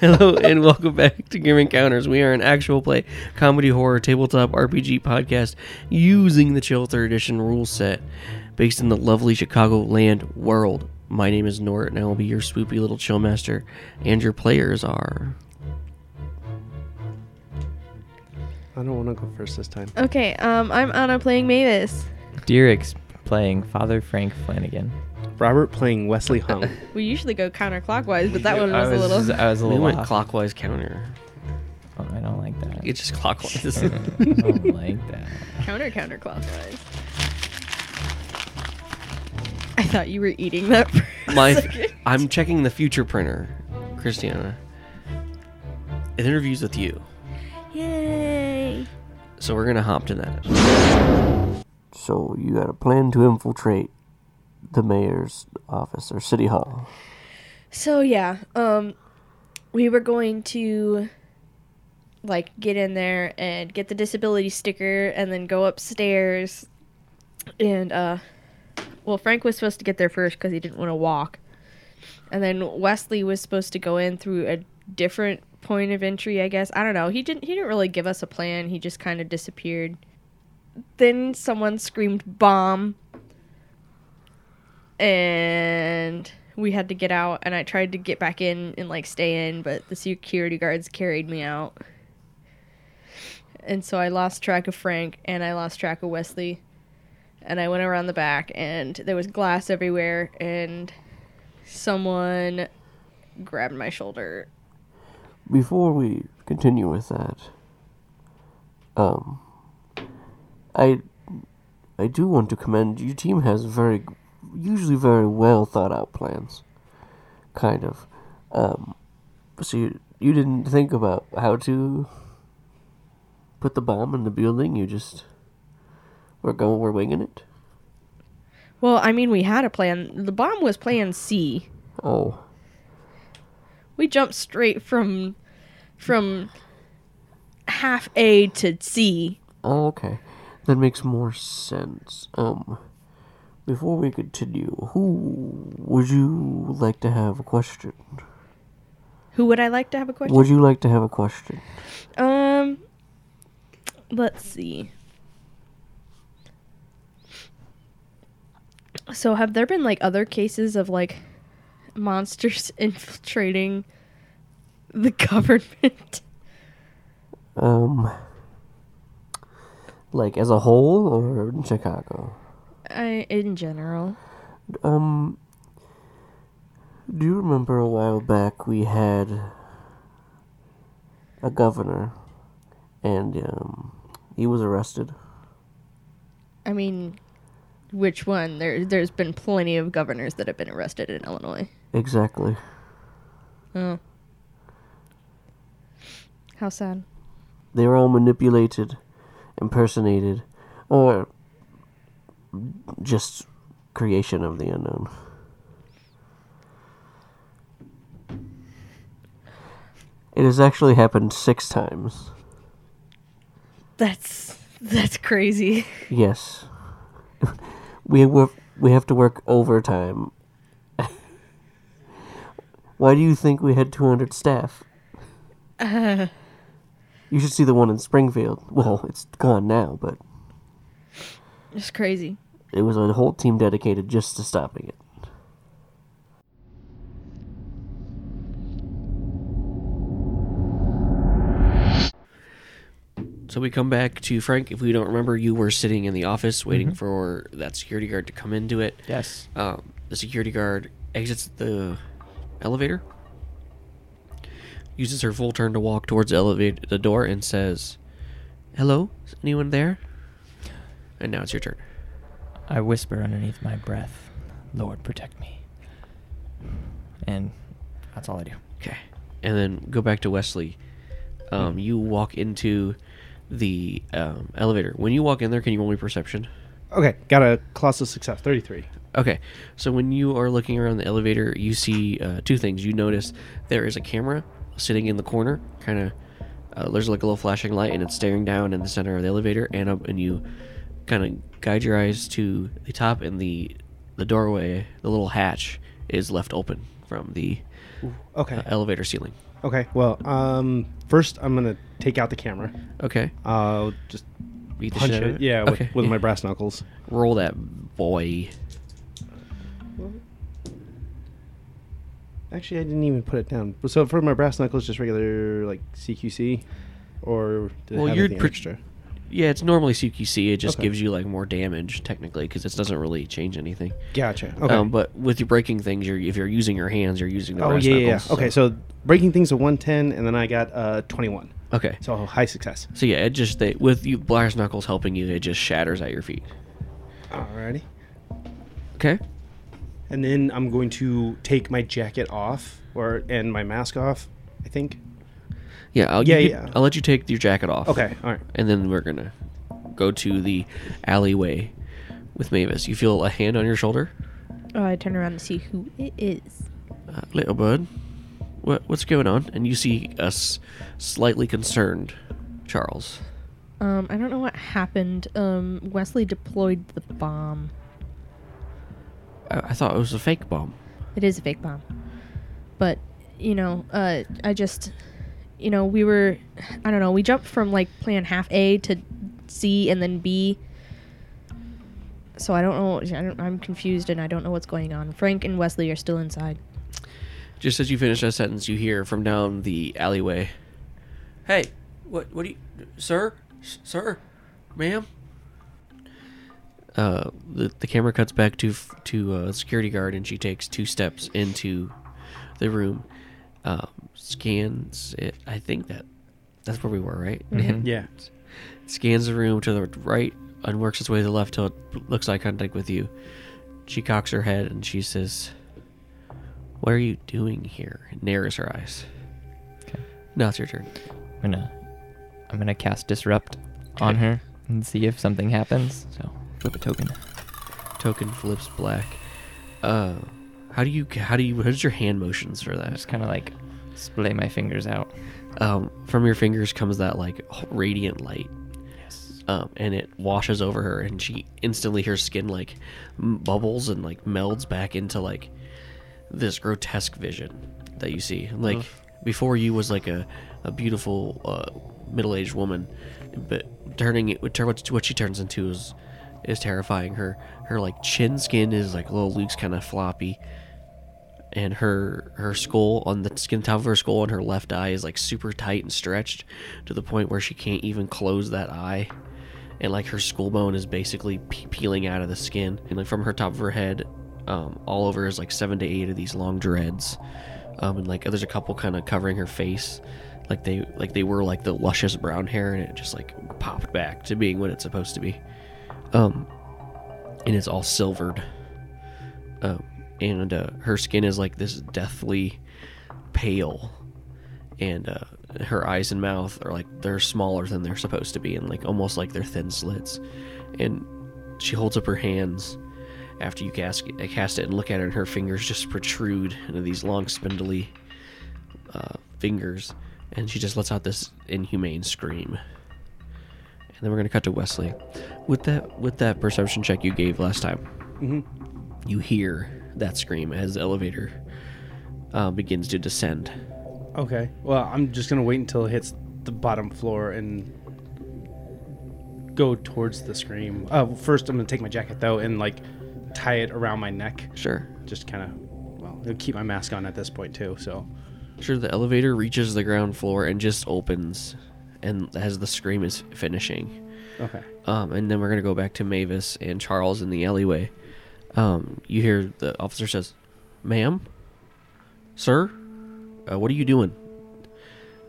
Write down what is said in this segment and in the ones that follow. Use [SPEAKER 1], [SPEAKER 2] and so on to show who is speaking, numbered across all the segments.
[SPEAKER 1] Hello and welcome back to Grim Encounters. We are an actual play comedy horror tabletop RPG podcast using the Chill Third Edition rule set, based in the lovely Chicagoland world. My name is Nort, and I will be your swoopy little chill master. And your players are
[SPEAKER 2] I don't want to go first this time.
[SPEAKER 3] Okay, um, I'm Anna playing Mavis.
[SPEAKER 4] Derek's playing Father Frank Flanagan.
[SPEAKER 2] Robert playing Wesley Hung.
[SPEAKER 3] We usually go counterclockwise, but that one
[SPEAKER 4] I
[SPEAKER 3] was, a little.
[SPEAKER 4] I was a
[SPEAKER 1] we
[SPEAKER 4] little
[SPEAKER 1] went
[SPEAKER 4] off.
[SPEAKER 1] clockwise counter.
[SPEAKER 4] Oh, I don't like that.
[SPEAKER 1] It's just clockwise.
[SPEAKER 4] I don't like that.
[SPEAKER 3] counter counterclockwise. I thought you were eating that. For a
[SPEAKER 1] My,
[SPEAKER 3] second.
[SPEAKER 1] I'm checking the future printer, Christiana. It interviews with you,
[SPEAKER 3] Yay!
[SPEAKER 1] so we're gonna hop to that. So you got a plan to infiltrate the mayor's office or city hall?
[SPEAKER 3] So yeah, um, we were going to like get in there and get the disability sticker, and then go upstairs, and uh, well, Frank was supposed to get there first because he didn't want to walk, and then Wesley was supposed to go in through a different point of entry. I guess I don't know. He didn't. He didn't really give us a plan. He just kind of disappeared. Then someone screamed bomb and we had to get out and i tried to get back in and like stay in but the security guards carried me out and so i lost track of frank and i lost track of wesley and i went around the back and there was glass everywhere and someone grabbed my shoulder
[SPEAKER 1] Before we continue with that, um, I, I do want to commend your team has very, usually very well thought out plans, kind of. Um, so you, you didn't think about how to put the bomb in the building. You just we're going, we're winging it.
[SPEAKER 3] well i mean we had a plan the bomb was plan c
[SPEAKER 1] Oh,
[SPEAKER 3] we jumped straight from from half a to c
[SPEAKER 1] Oh, okay. That makes more sense. Um, before we continue, who would you like to have a question?
[SPEAKER 3] Who would I like to have a question?
[SPEAKER 1] Would you like to have a question?
[SPEAKER 3] Um, let's see. So, have there been like other cases of like monsters infiltrating the government?
[SPEAKER 1] Um, like as a whole or in Chicago?
[SPEAKER 3] I, in general,
[SPEAKER 1] Um, do you remember a while back we had a governor and, um, he was arrested?
[SPEAKER 3] I mean, which one? There, there's been plenty of governors that have been arrested in Illinois.
[SPEAKER 1] Exactly.
[SPEAKER 3] Oh, how sad.
[SPEAKER 1] They were all manipulated, impersonated, or just creation of the unknown. It has actually happened six times.
[SPEAKER 3] That's that's crazy.
[SPEAKER 1] Yes. we were, we have to work overtime. Why do you think we had 200 staff?
[SPEAKER 3] Uh,
[SPEAKER 1] You should see the one in Springfield. Well, it's gone now, but
[SPEAKER 3] it's crazy.
[SPEAKER 1] it was a whole team dedicated just to stopping it. So we come back to Frank. If we don't remember, you were sitting in the office waiting for that security guard to come into it.
[SPEAKER 4] Yes.
[SPEAKER 1] Um, the security guard exits the elevator, uses her full turn to walk towards the elevator, the door, and says, "Hello, is anyone there?" And now it's your turn.
[SPEAKER 4] I whisper underneath my breath, Lord, protect me. And that's all I do.
[SPEAKER 1] Okay. And then go back to Wesley. Um, you walk into the um, elevator. When you walk in there, can you roll me perception?
[SPEAKER 2] Okay, got a colossal success. Thirty-three.
[SPEAKER 1] Okay. So when you are looking around the elevator, you see uh, two things. You notice there is a camera sitting in the corner, kind of. Uh, there's like a little flashing light, and it's staring down in the center of the elevator, and up, and you kind of guide your eyes to the top, and the the doorway, the little hatch, is left open from the
[SPEAKER 2] Okay.
[SPEAKER 1] uh, elevator ceiling.
[SPEAKER 2] Okay. Well, um, first I'm gonna take out the camera.
[SPEAKER 1] Okay.
[SPEAKER 2] I'll just
[SPEAKER 1] Beat the
[SPEAKER 2] punch
[SPEAKER 1] shit out of
[SPEAKER 2] it. Yeah,
[SPEAKER 1] Okay,
[SPEAKER 2] with, with
[SPEAKER 1] yeah.
[SPEAKER 2] my brass knuckles.
[SPEAKER 1] Roll that boy.
[SPEAKER 2] Actually, I didn't even put it down. So for my brass knuckles, just regular like CQC, or did
[SPEAKER 1] Well,
[SPEAKER 2] it have
[SPEAKER 1] you're
[SPEAKER 2] anything
[SPEAKER 1] pre-
[SPEAKER 2] extra?
[SPEAKER 1] Yeah, it's normally CQC. It just
[SPEAKER 2] Okay.
[SPEAKER 1] gives you like more damage technically because it doesn't really change anything.
[SPEAKER 2] Gotcha. Okay.
[SPEAKER 1] Um, but with your breaking things, you're if you're using your hands, you're using the
[SPEAKER 2] oh
[SPEAKER 1] brass
[SPEAKER 2] yeah, yeah, yeah.
[SPEAKER 1] knuckles,
[SPEAKER 2] Okay. So breaking things at 110, and then I got uh 21.
[SPEAKER 1] okay.
[SPEAKER 2] So high success.
[SPEAKER 1] So yeah, it just they, with you brass knuckles helping you, it just shatters at your feet.
[SPEAKER 2] Alrighty.
[SPEAKER 1] Okay.
[SPEAKER 2] And then I'm going to take my jacket off, or and my mask off. I think.
[SPEAKER 1] Yeah. I'll,
[SPEAKER 2] Yeah,
[SPEAKER 1] you
[SPEAKER 2] yeah.
[SPEAKER 1] I'll let you take your jacket off.
[SPEAKER 2] Okay. All right.
[SPEAKER 1] And then we're gonna go to the alleyway with Mavis. You feel a hand on your shoulder,
[SPEAKER 3] Oh, I turn around to see who it is.
[SPEAKER 1] uh, little bud. What what's going on? And you see a s- slightly concerned Charles.
[SPEAKER 3] Um, I don't know what happened. Um, Wesley deployed the bomb.
[SPEAKER 1] I, I thought it was a fake bomb.
[SPEAKER 3] It is a fake bomb. But, you know, uh, I just, you know, we were, I don't know, we jumped from like plan half A to C and then B. So I don't know. I don't, I'm confused and I don't know what's going on. Frank and Wesley are still inside.
[SPEAKER 1] Just as you finish that sentence, you hear from down the alleyway. Hey, what? What do you, sir, S- sir, ma'am? Uh, the the camera cuts back to f- to uh, security guard, and she takes two steps into the room, um, scans it. I think that that's where we were, right?
[SPEAKER 2] Yeah.
[SPEAKER 1] scans the room to the right and works its way to the left till it looks eye contact with you. She cocks her head and she says, What are you doing here? And narrows her eyes.
[SPEAKER 4] Okay.
[SPEAKER 1] Now it's your turn.
[SPEAKER 4] I'm gonna I'm gonna cast disrupt on her and see if something happens. So flip a token.
[SPEAKER 1] Token flips black. Uh, how do you, how do you, how's your hand motions for
[SPEAKER 4] I
[SPEAKER 1] that?
[SPEAKER 4] just kind of like splay my fingers out.
[SPEAKER 1] Um, from your fingers comes that like radiant light.
[SPEAKER 4] Yes.
[SPEAKER 1] Um, and it washes over her, and she instantly her skin like m- bubbles and like melds back into like this grotesque vision that you see. Like before, you was like a, a beautiful uh, middle aged woman, but turning it turn what what she turns into is is terrifying. Her her like chin skin is like little Luke's kind of floppy, and her her skull on the skin top of her skull and her left eye is like super tight and stretched to the point where she can't even close that eye and like her skull bone is basically pe- peeling out of the skin and like from her top of her head um, all over is like seven to eight of these long dreads um, and like there's a couple kind of covering her face like they like they were like the luscious brown hair and it just like popped back to being what it's supposed to be um and it's all silvered um and uh, her skin is like this deathly pale and uh, her eyes and mouth are like they're smaller than they're supposed to be and like almost like they're thin slits and she holds up her hands after you cast, cast it and look at it and her fingers just protrude into these long spindly uh, fingers and she just lets out this inhumane scream and then we're gonna cut to wesley with that with that perception check you gave last time you hear that scream as the elevator uh, begins to descend
[SPEAKER 2] Okay. Well, I'm just gonna wait until it hits the bottom floor and go towards the scream. Uh, first, I'm gonna take my jacket though and like tie it around my neck.
[SPEAKER 1] sure
[SPEAKER 2] Just kind of, well, it'll keep my mask on at this point too. So,
[SPEAKER 1] Sure, the elevator reaches the ground floor and just opens, and as the scream is finishing,
[SPEAKER 2] okay.
[SPEAKER 1] um, and then we're gonna go back to Mavis and Charles in the alleyway. Um, you hear the officer says, "Ma'am, sir, uh, what are you doing?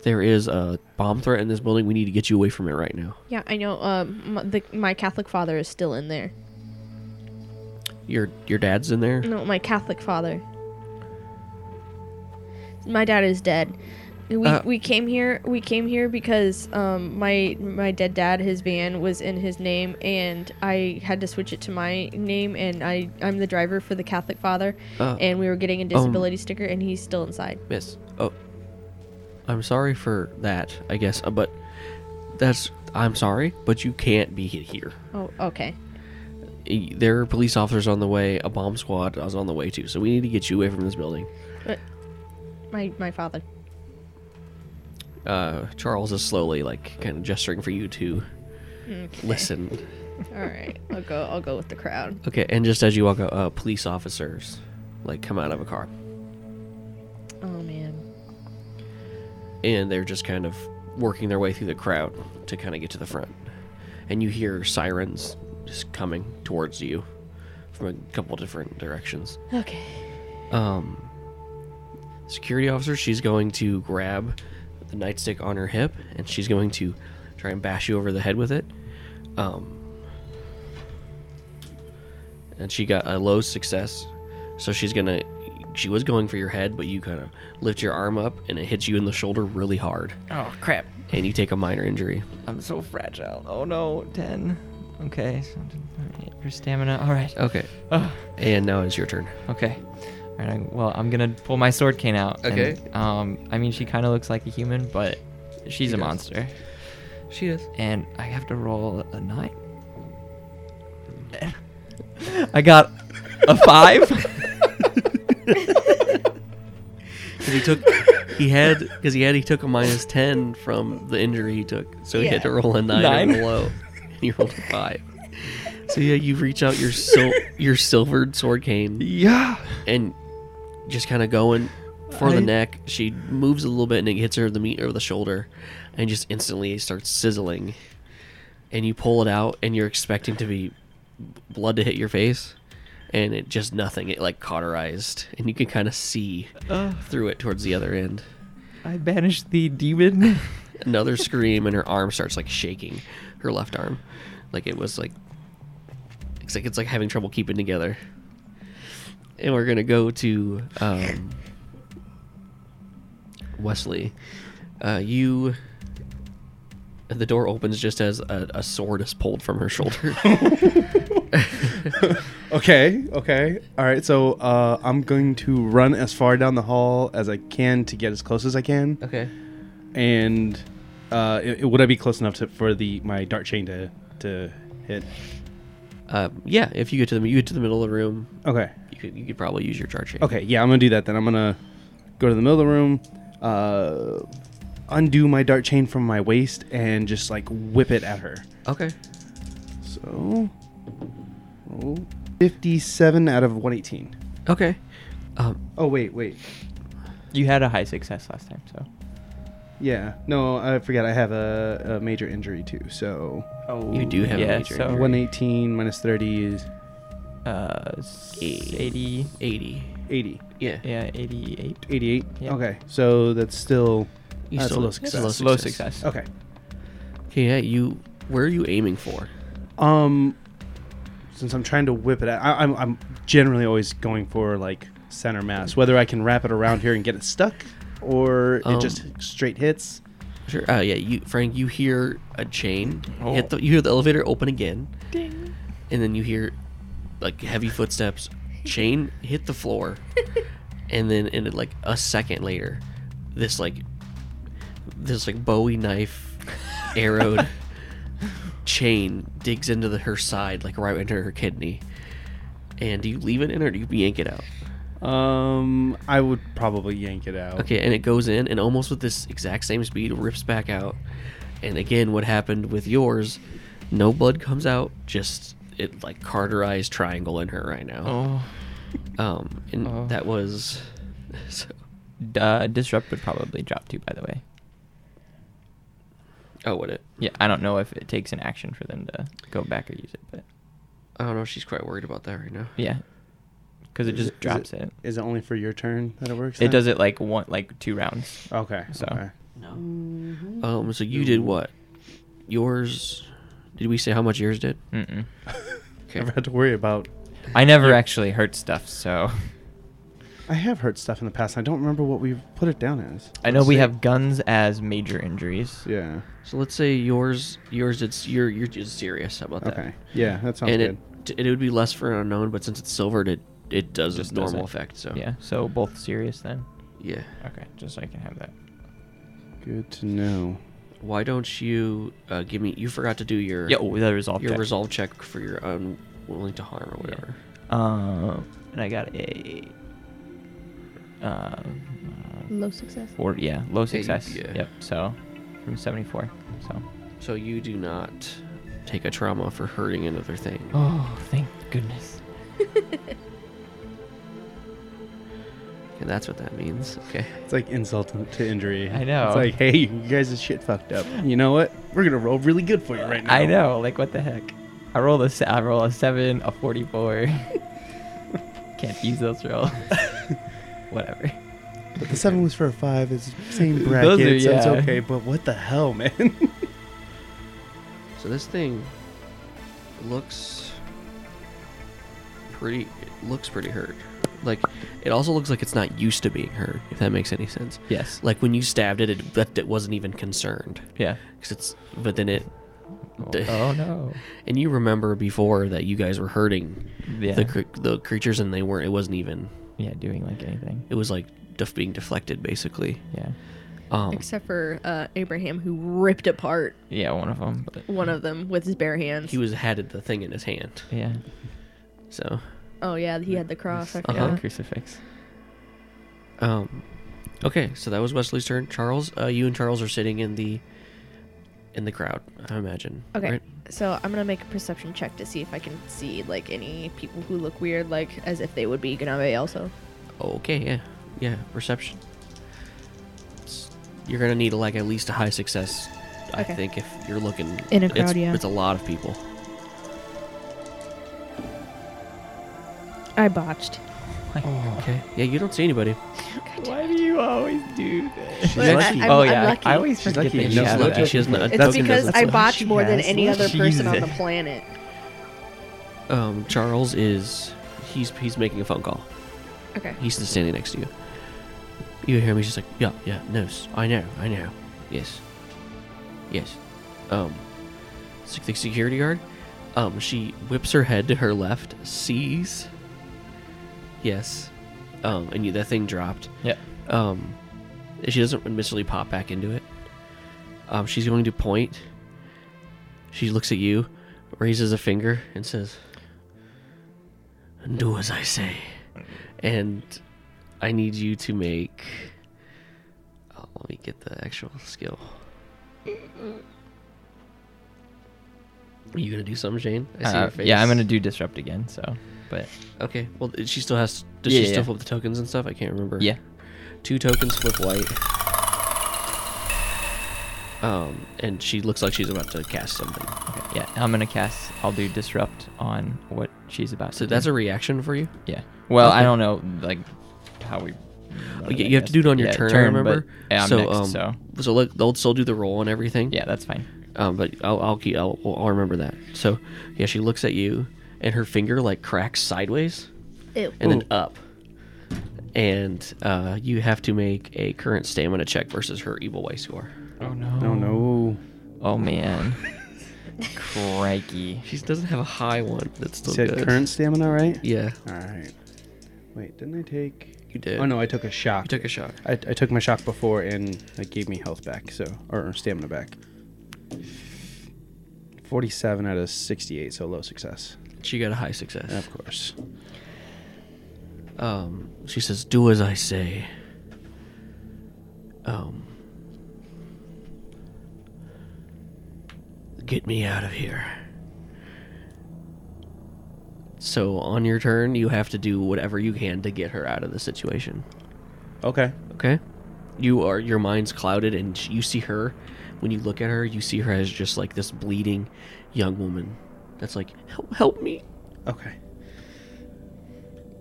[SPEAKER 1] There is a bomb threat in this building. We need to get you away from it right now.
[SPEAKER 3] Yeah, I know. Um, the, my Catholic father is still in there.
[SPEAKER 1] Your your dad's in there.
[SPEAKER 3] No, my Catholic father. My dad is dead. We,
[SPEAKER 1] Uh,
[SPEAKER 3] we came here we came here because um my my dead dad his van was in his name and I had to switch it to my name and I I'm the driver for the Catholic father
[SPEAKER 1] Uh,
[SPEAKER 3] and we were getting a disability sticker and he's still inside.
[SPEAKER 1] Miss. Oh, I'm sorry for that. I guess, uh, but that's I'm sorry, but you can't be here." E,
[SPEAKER 3] Oh okay.
[SPEAKER 1] there are police officers on the way. A bomb squad is on the way too. So we need to get you away from this building.
[SPEAKER 3] My my Uh, father.
[SPEAKER 1] uh, Charles is slowly like kind of gesturing for you to listen.
[SPEAKER 3] All right, I'll go. I'll go with the crowd.
[SPEAKER 1] Okay, and just as you walk out, uh, police officers like come out of a car,
[SPEAKER 3] Oh man.
[SPEAKER 1] and they're just kind of working their way through the crowd to kind of get to the front, and you hear sirens just coming towards you from a couple different directions.
[SPEAKER 3] Okay.
[SPEAKER 1] um, security officer. She's going to grab the nightstick on her hip, and she's going to try and bash you over the head with it. Um, and she got a low success, so she's gonna. She was going for your head, but you kind of lift your arm up, and it hits you in the shoulder really hard,
[SPEAKER 4] Oh crap!
[SPEAKER 1] and you take a minor injury.
[SPEAKER 4] I'm so fragile. Oh no, ten. Okay, so your stamina. All right.
[SPEAKER 1] Okay,
[SPEAKER 4] Oh,
[SPEAKER 1] and now it's your turn.
[SPEAKER 4] okay. All right. I, well, I'm gonna pull my sword cane out. and,
[SPEAKER 1] Okay.
[SPEAKER 4] um, I mean, she kind of looks like a human, but she's a
[SPEAKER 1] does.
[SPEAKER 4] monster,
[SPEAKER 1] She is.
[SPEAKER 4] and I have to roll a nine. I got a five.
[SPEAKER 1] Because he took, he had, because he had, he took a minus ten from the injury he took, so he had to
[SPEAKER 3] Yeah.
[SPEAKER 1] roll a nine,
[SPEAKER 4] Nine.
[SPEAKER 1] or below. And he rolled a five. So yeah, you reach out your sil- your silvered sword cane
[SPEAKER 4] yeah.
[SPEAKER 1] and just kind of going for
[SPEAKER 4] I-
[SPEAKER 1] the neck. She moves a little bit and it hits her in the meat or the shoulder, and just instantly it starts sizzling. And you pull it out, and you're expecting to be blood to hit your face, and it just nothing. It like cauterized, and you can kind of see
[SPEAKER 4] Uh,
[SPEAKER 1] through it towards the other end.
[SPEAKER 4] I banished the demon.
[SPEAKER 1] Another scream, and her arm starts like shaking, her left arm, like it was like it's like it's like having trouble keeping together. And we're gonna go to um, Wesley. Uh, you. The door opens just as a, a sword is pulled from her shoulder.
[SPEAKER 2] Okay, okay. All right, so uh, I'm going to run as far down the hall as I can to get as close as I can.
[SPEAKER 1] okay.
[SPEAKER 2] And uh, i- would I be close enough to, for the my dart chain to, to hit?
[SPEAKER 1] Uh, yeah, if you get to the you get to the middle of the room,
[SPEAKER 2] Okay.
[SPEAKER 1] you could, you could probably use your charge.
[SPEAKER 2] Okay, yeah, I'm gonna do that then. I'm gonna go to the middle of the room, uh, undo my dart chain from my waist, and just like whip it at her.
[SPEAKER 1] Okay.
[SPEAKER 2] So, roll 57 out of 118.
[SPEAKER 1] Okay. Um,
[SPEAKER 2] Oh wait, wait,
[SPEAKER 4] you had a high success last time, so.
[SPEAKER 2] yeah, no, I forgot. I have a, a major injury too. So, oh,
[SPEAKER 1] You do have
[SPEAKER 4] Yeah,
[SPEAKER 1] a major
[SPEAKER 4] so-
[SPEAKER 1] injury.
[SPEAKER 2] 118 minus 30 is
[SPEAKER 4] Uh, s- 80.
[SPEAKER 1] 80.
[SPEAKER 2] 80.
[SPEAKER 1] Yeah.
[SPEAKER 4] Yeah, 88.
[SPEAKER 2] 88.
[SPEAKER 4] Yeah.
[SPEAKER 2] Okay, so that's still
[SPEAKER 1] You
[SPEAKER 2] that's
[SPEAKER 1] still-
[SPEAKER 2] a low
[SPEAKER 1] that's
[SPEAKER 2] success.
[SPEAKER 1] a low
[SPEAKER 4] Low
[SPEAKER 1] success.
[SPEAKER 4] success.
[SPEAKER 2] Okay.
[SPEAKER 1] Okay, yeah, you. Where are you aiming for?
[SPEAKER 2] Um, since I'm trying to whip it, out, I, I'm I'm generally always going for like center mass. Whether I can wrap it around here and get it stuck, or
[SPEAKER 1] Um,
[SPEAKER 2] it just straight hits.
[SPEAKER 1] Sure. Oh yeah, you Frank. You hear a chain
[SPEAKER 4] Oh.
[SPEAKER 1] hit the. You hear the elevator open again,
[SPEAKER 4] Ding.
[SPEAKER 1] and then you hear like heavy footsteps. Chain hit the floor, and then and it, like a second later, this like this like Bowie knife arrowed chain digs into the, her side like right into her kidney. And do you leave it in or do you yank it out?
[SPEAKER 2] Um, I would probably yank it out.
[SPEAKER 1] Okay, and it goes in, and almost with this exact same speed, rips back out. And again, what happened with yours? No blood comes out. Just it like carterized triangle in her right now.
[SPEAKER 4] Oh.
[SPEAKER 1] Um, and
[SPEAKER 4] Oh.
[SPEAKER 1] that was. So,
[SPEAKER 4] Duh, disrupt would probably drop too, by the way.
[SPEAKER 1] oh, would it?
[SPEAKER 4] Yeah, I don't know if it takes an action for them to go back or use it, but
[SPEAKER 1] I don't know. She's quite worried about that right now.
[SPEAKER 4] yeah, because it
[SPEAKER 2] Is
[SPEAKER 4] just
[SPEAKER 2] is
[SPEAKER 4] drops it.
[SPEAKER 2] Is it only for your turn that it works?
[SPEAKER 4] It,
[SPEAKER 2] then?
[SPEAKER 4] does it like one, like two rounds.
[SPEAKER 2] Okay.
[SPEAKER 4] So.
[SPEAKER 2] okay.
[SPEAKER 1] Um, so you did what? Yours? Did we say how much yours did?
[SPEAKER 4] Mm-mm.
[SPEAKER 1] Okay.
[SPEAKER 4] Mm.
[SPEAKER 2] never had to worry about.
[SPEAKER 4] I never actually hurt stuff, so
[SPEAKER 2] I have hurt stuff in the past. I don't remember what we put it down as.
[SPEAKER 4] I know we
[SPEAKER 2] Let's
[SPEAKER 4] have guns as major injuries.
[SPEAKER 2] see. Yeah.
[SPEAKER 1] So let's say yours. Yours. It's your. Yours is serious. How about that?
[SPEAKER 2] Okay. Yeah, that sounds
[SPEAKER 1] And
[SPEAKER 2] good.
[SPEAKER 1] it, t- it would be less for an unknown, but since it's silvered, it it does its
[SPEAKER 4] Just does
[SPEAKER 1] normal
[SPEAKER 4] it.
[SPEAKER 1] effect. So
[SPEAKER 4] Yeah, so both serious then.
[SPEAKER 1] yeah.
[SPEAKER 4] Okay, just so I can have that.
[SPEAKER 2] Good to know.
[SPEAKER 1] Why don't you uh, give me? You forgot to do your
[SPEAKER 4] Yeah, oh, the resolve.
[SPEAKER 1] your
[SPEAKER 4] check.
[SPEAKER 1] resolve check for your unwilling to harm or whatever.
[SPEAKER 4] Um, and I got a uh,
[SPEAKER 3] Low success.
[SPEAKER 4] or yeah, low success.
[SPEAKER 1] yeah.
[SPEAKER 4] Yep. So from 74. So.
[SPEAKER 1] So you do not take a trauma for hurting another thing.
[SPEAKER 4] Oh, thank goodness.
[SPEAKER 1] And that's what that means. Okay.
[SPEAKER 2] It's like insult to- to injury.
[SPEAKER 4] I know.
[SPEAKER 2] It's like, hey, you guys is shit fucked up. You know what? We're gonna roll really good for you right now.
[SPEAKER 4] I know. Like what the heck? I rolled a se- I roll a seven, a 44. Can't use those rolls. Whatever.
[SPEAKER 2] But the seven was for a five. It's same
[SPEAKER 4] Those are-
[SPEAKER 2] bracket, so it's
[SPEAKER 4] yeah.
[SPEAKER 2] okay. But what the hell, man?
[SPEAKER 1] So this thing looks pretty it looks pretty hurt. Like it also looks like it's not used to being hurt, if that makes any sense.
[SPEAKER 4] Yes.
[SPEAKER 1] Like when you stabbed it, it that it wasn't even concerned.
[SPEAKER 4] Yeah.
[SPEAKER 1] 'Cause it's but then it
[SPEAKER 4] Oh,
[SPEAKER 1] D-
[SPEAKER 4] oh, no.
[SPEAKER 1] and you remember before that you guys were hurting
[SPEAKER 4] Yeah.
[SPEAKER 1] the cr- the creatures and they weren't it wasn't even
[SPEAKER 4] yeah, doing like anything.
[SPEAKER 1] it was like def- being deflected basically.
[SPEAKER 4] Yeah.
[SPEAKER 1] Um
[SPEAKER 3] Except for uh, Abraham, who ripped apart
[SPEAKER 4] Yeah, one of them. But
[SPEAKER 3] one of them with his bare hands.
[SPEAKER 1] he was had the thing in his hand.
[SPEAKER 4] yeah.
[SPEAKER 1] So
[SPEAKER 3] oh yeah, he had the cross. I
[SPEAKER 4] Yeah,
[SPEAKER 1] Uh-huh.
[SPEAKER 4] the
[SPEAKER 3] forgot.
[SPEAKER 4] crucifix.
[SPEAKER 1] Um, okay, so that was Wesley's turn. Charles, uh, you and Charles are sitting in the in the crowd, I imagine.
[SPEAKER 3] Okay,
[SPEAKER 1] right?
[SPEAKER 3] so I'm gonna make a perception check to see if I can see like any people who look weird, like as if they would be Ganabe also.
[SPEAKER 1] Oh, Okay. Yeah. Yeah. Perception. It's- You're gonna need like at least a high success, I
[SPEAKER 3] Okay.
[SPEAKER 1] think, if you're looking
[SPEAKER 3] In a
[SPEAKER 1] it's-
[SPEAKER 3] crowd, yeah.
[SPEAKER 1] It's a lot of people.
[SPEAKER 3] I botched.
[SPEAKER 4] Oh.
[SPEAKER 1] Okay. Yeah, you don't see anybody.
[SPEAKER 4] Why do you always do this?
[SPEAKER 2] She's lucky.
[SPEAKER 3] I'm-
[SPEAKER 4] oh
[SPEAKER 3] I'm
[SPEAKER 4] yeah,
[SPEAKER 3] lucky.
[SPEAKER 4] I always
[SPEAKER 2] She's
[SPEAKER 4] forget
[SPEAKER 2] lucky.
[SPEAKER 4] that
[SPEAKER 2] She's
[SPEAKER 4] you
[SPEAKER 1] She's
[SPEAKER 4] have
[SPEAKER 1] lucky.
[SPEAKER 4] it.
[SPEAKER 1] She has not.
[SPEAKER 2] It's
[SPEAKER 3] It's
[SPEAKER 2] Duncan
[SPEAKER 3] because
[SPEAKER 2] does
[SPEAKER 3] I
[SPEAKER 2] what
[SPEAKER 3] botched
[SPEAKER 2] she
[SPEAKER 3] more than
[SPEAKER 2] has.
[SPEAKER 3] any other person on the
[SPEAKER 2] Jesus.
[SPEAKER 3] planet.
[SPEAKER 1] Um, Charles is he's he's making a phone call.
[SPEAKER 3] Okay.
[SPEAKER 1] He's just standing next to you. You hear me? She's like, yeah, yeah, no, s- I know, I know. Yes, yes. Um, sec- the security guard. Um, she whips her head to her left, sees. Yes, um, and you, that thing dropped.
[SPEAKER 4] Yeah.
[SPEAKER 1] Um, she doesn't initially pop back into it. Um, she's going to point. She looks at you, raises a finger, and says, "Do as I say." And I need you to make. Oh, let me get the actual skill. Are you gonna do something, Shane? I
[SPEAKER 4] Uh, yeah, I'm gonna do disrupt again. So, but
[SPEAKER 1] Okay. Well, she still has. Does
[SPEAKER 4] Yeah,
[SPEAKER 1] she
[SPEAKER 4] yeah,
[SPEAKER 1] still
[SPEAKER 4] yeah.
[SPEAKER 1] flip the tokens and stuff? I can't remember.
[SPEAKER 4] yeah,
[SPEAKER 1] Two tokens flip white. Um, and she looks like she's about to cast something.
[SPEAKER 4] okay, yeah, I'm gonna cast. I'll do disrupt on what she's about.
[SPEAKER 1] So
[SPEAKER 4] to
[SPEAKER 1] that's
[SPEAKER 4] do.
[SPEAKER 1] a reaction for you.
[SPEAKER 4] yeah. Well, I
[SPEAKER 1] okay.
[SPEAKER 4] don't know like how we.
[SPEAKER 1] Oh, yeah, you have to do it on your
[SPEAKER 4] Yeah,
[SPEAKER 1] turn, I
[SPEAKER 4] but-
[SPEAKER 1] remember.
[SPEAKER 4] yeah, I'm
[SPEAKER 1] so,
[SPEAKER 4] next,
[SPEAKER 1] um,
[SPEAKER 4] so
[SPEAKER 1] so look, they'll still do the roll and everything.
[SPEAKER 4] yeah, that's fine.
[SPEAKER 1] Um, but I'll I'll, keep, I'll I'll remember that. So yeah, she looks at you, and her finger like cracks sideways
[SPEAKER 3] Ew.
[SPEAKER 1] and then up, and uh, you have to make a current stamina check versus her evil way score.
[SPEAKER 4] Oh no.
[SPEAKER 2] No, no.
[SPEAKER 4] Oh man. Crikey.
[SPEAKER 1] She doesn't have a high one. That's still
[SPEAKER 2] Said
[SPEAKER 1] good.
[SPEAKER 2] current stamina, right?
[SPEAKER 1] Yeah,
[SPEAKER 2] All right. Wait, didn't I take?
[SPEAKER 1] you did.
[SPEAKER 2] Oh no, I took a shock.
[SPEAKER 1] you took a shock.
[SPEAKER 2] I, I took my shock before and it gave me health back, so or stamina back. Forty-seven out of sixty-eight, so low success.
[SPEAKER 1] She got a high success.
[SPEAKER 2] Of course.
[SPEAKER 1] Um, she says, "Do as I say." Um, get me out of here. So on your turn, you have to do whatever you can to get her out of the situation.
[SPEAKER 2] Okay.
[SPEAKER 1] Okay? You are your mind's clouded, and sh- you see her. When you look at her, you see her as just like this bleeding young woman. That's like, help, help me.
[SPEAKER 2] Okay.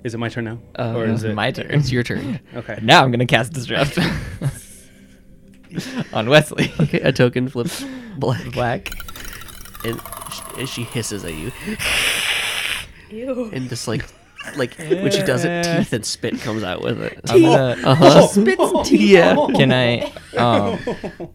[SPEAKER 2] Is it my turn now?
[SPEAKER 1] Uh,
[SPEAKER 2] or
[SPEAKER 1] no,
[SPEAKER 2] is it
[SPEAKER 4] my turn?
[SPEAKER 1] It's your turn.
[SPEAKER 2] Okay.
[SPEAKER 4] Now I'm gonna cast disrupt on Wesley.
[SPEAKER 1] okay, a token flips black.
[SPEAKER 4] Black.
[SPEAKER 1] and sh- and she hisses at you,
[SPEAKER 3] Ew.
[SPEAKER 1] and just like, like when she does it, teeth and spit comes out with it.
[SPEAKER 4] I'm gonna. uh-huh.
[SPEAKER 1] Uh huh.
[SPEAKER 3] Spits teeth.
[SPEAKER 1] Yeah.
[SPEAKER 4] Can I?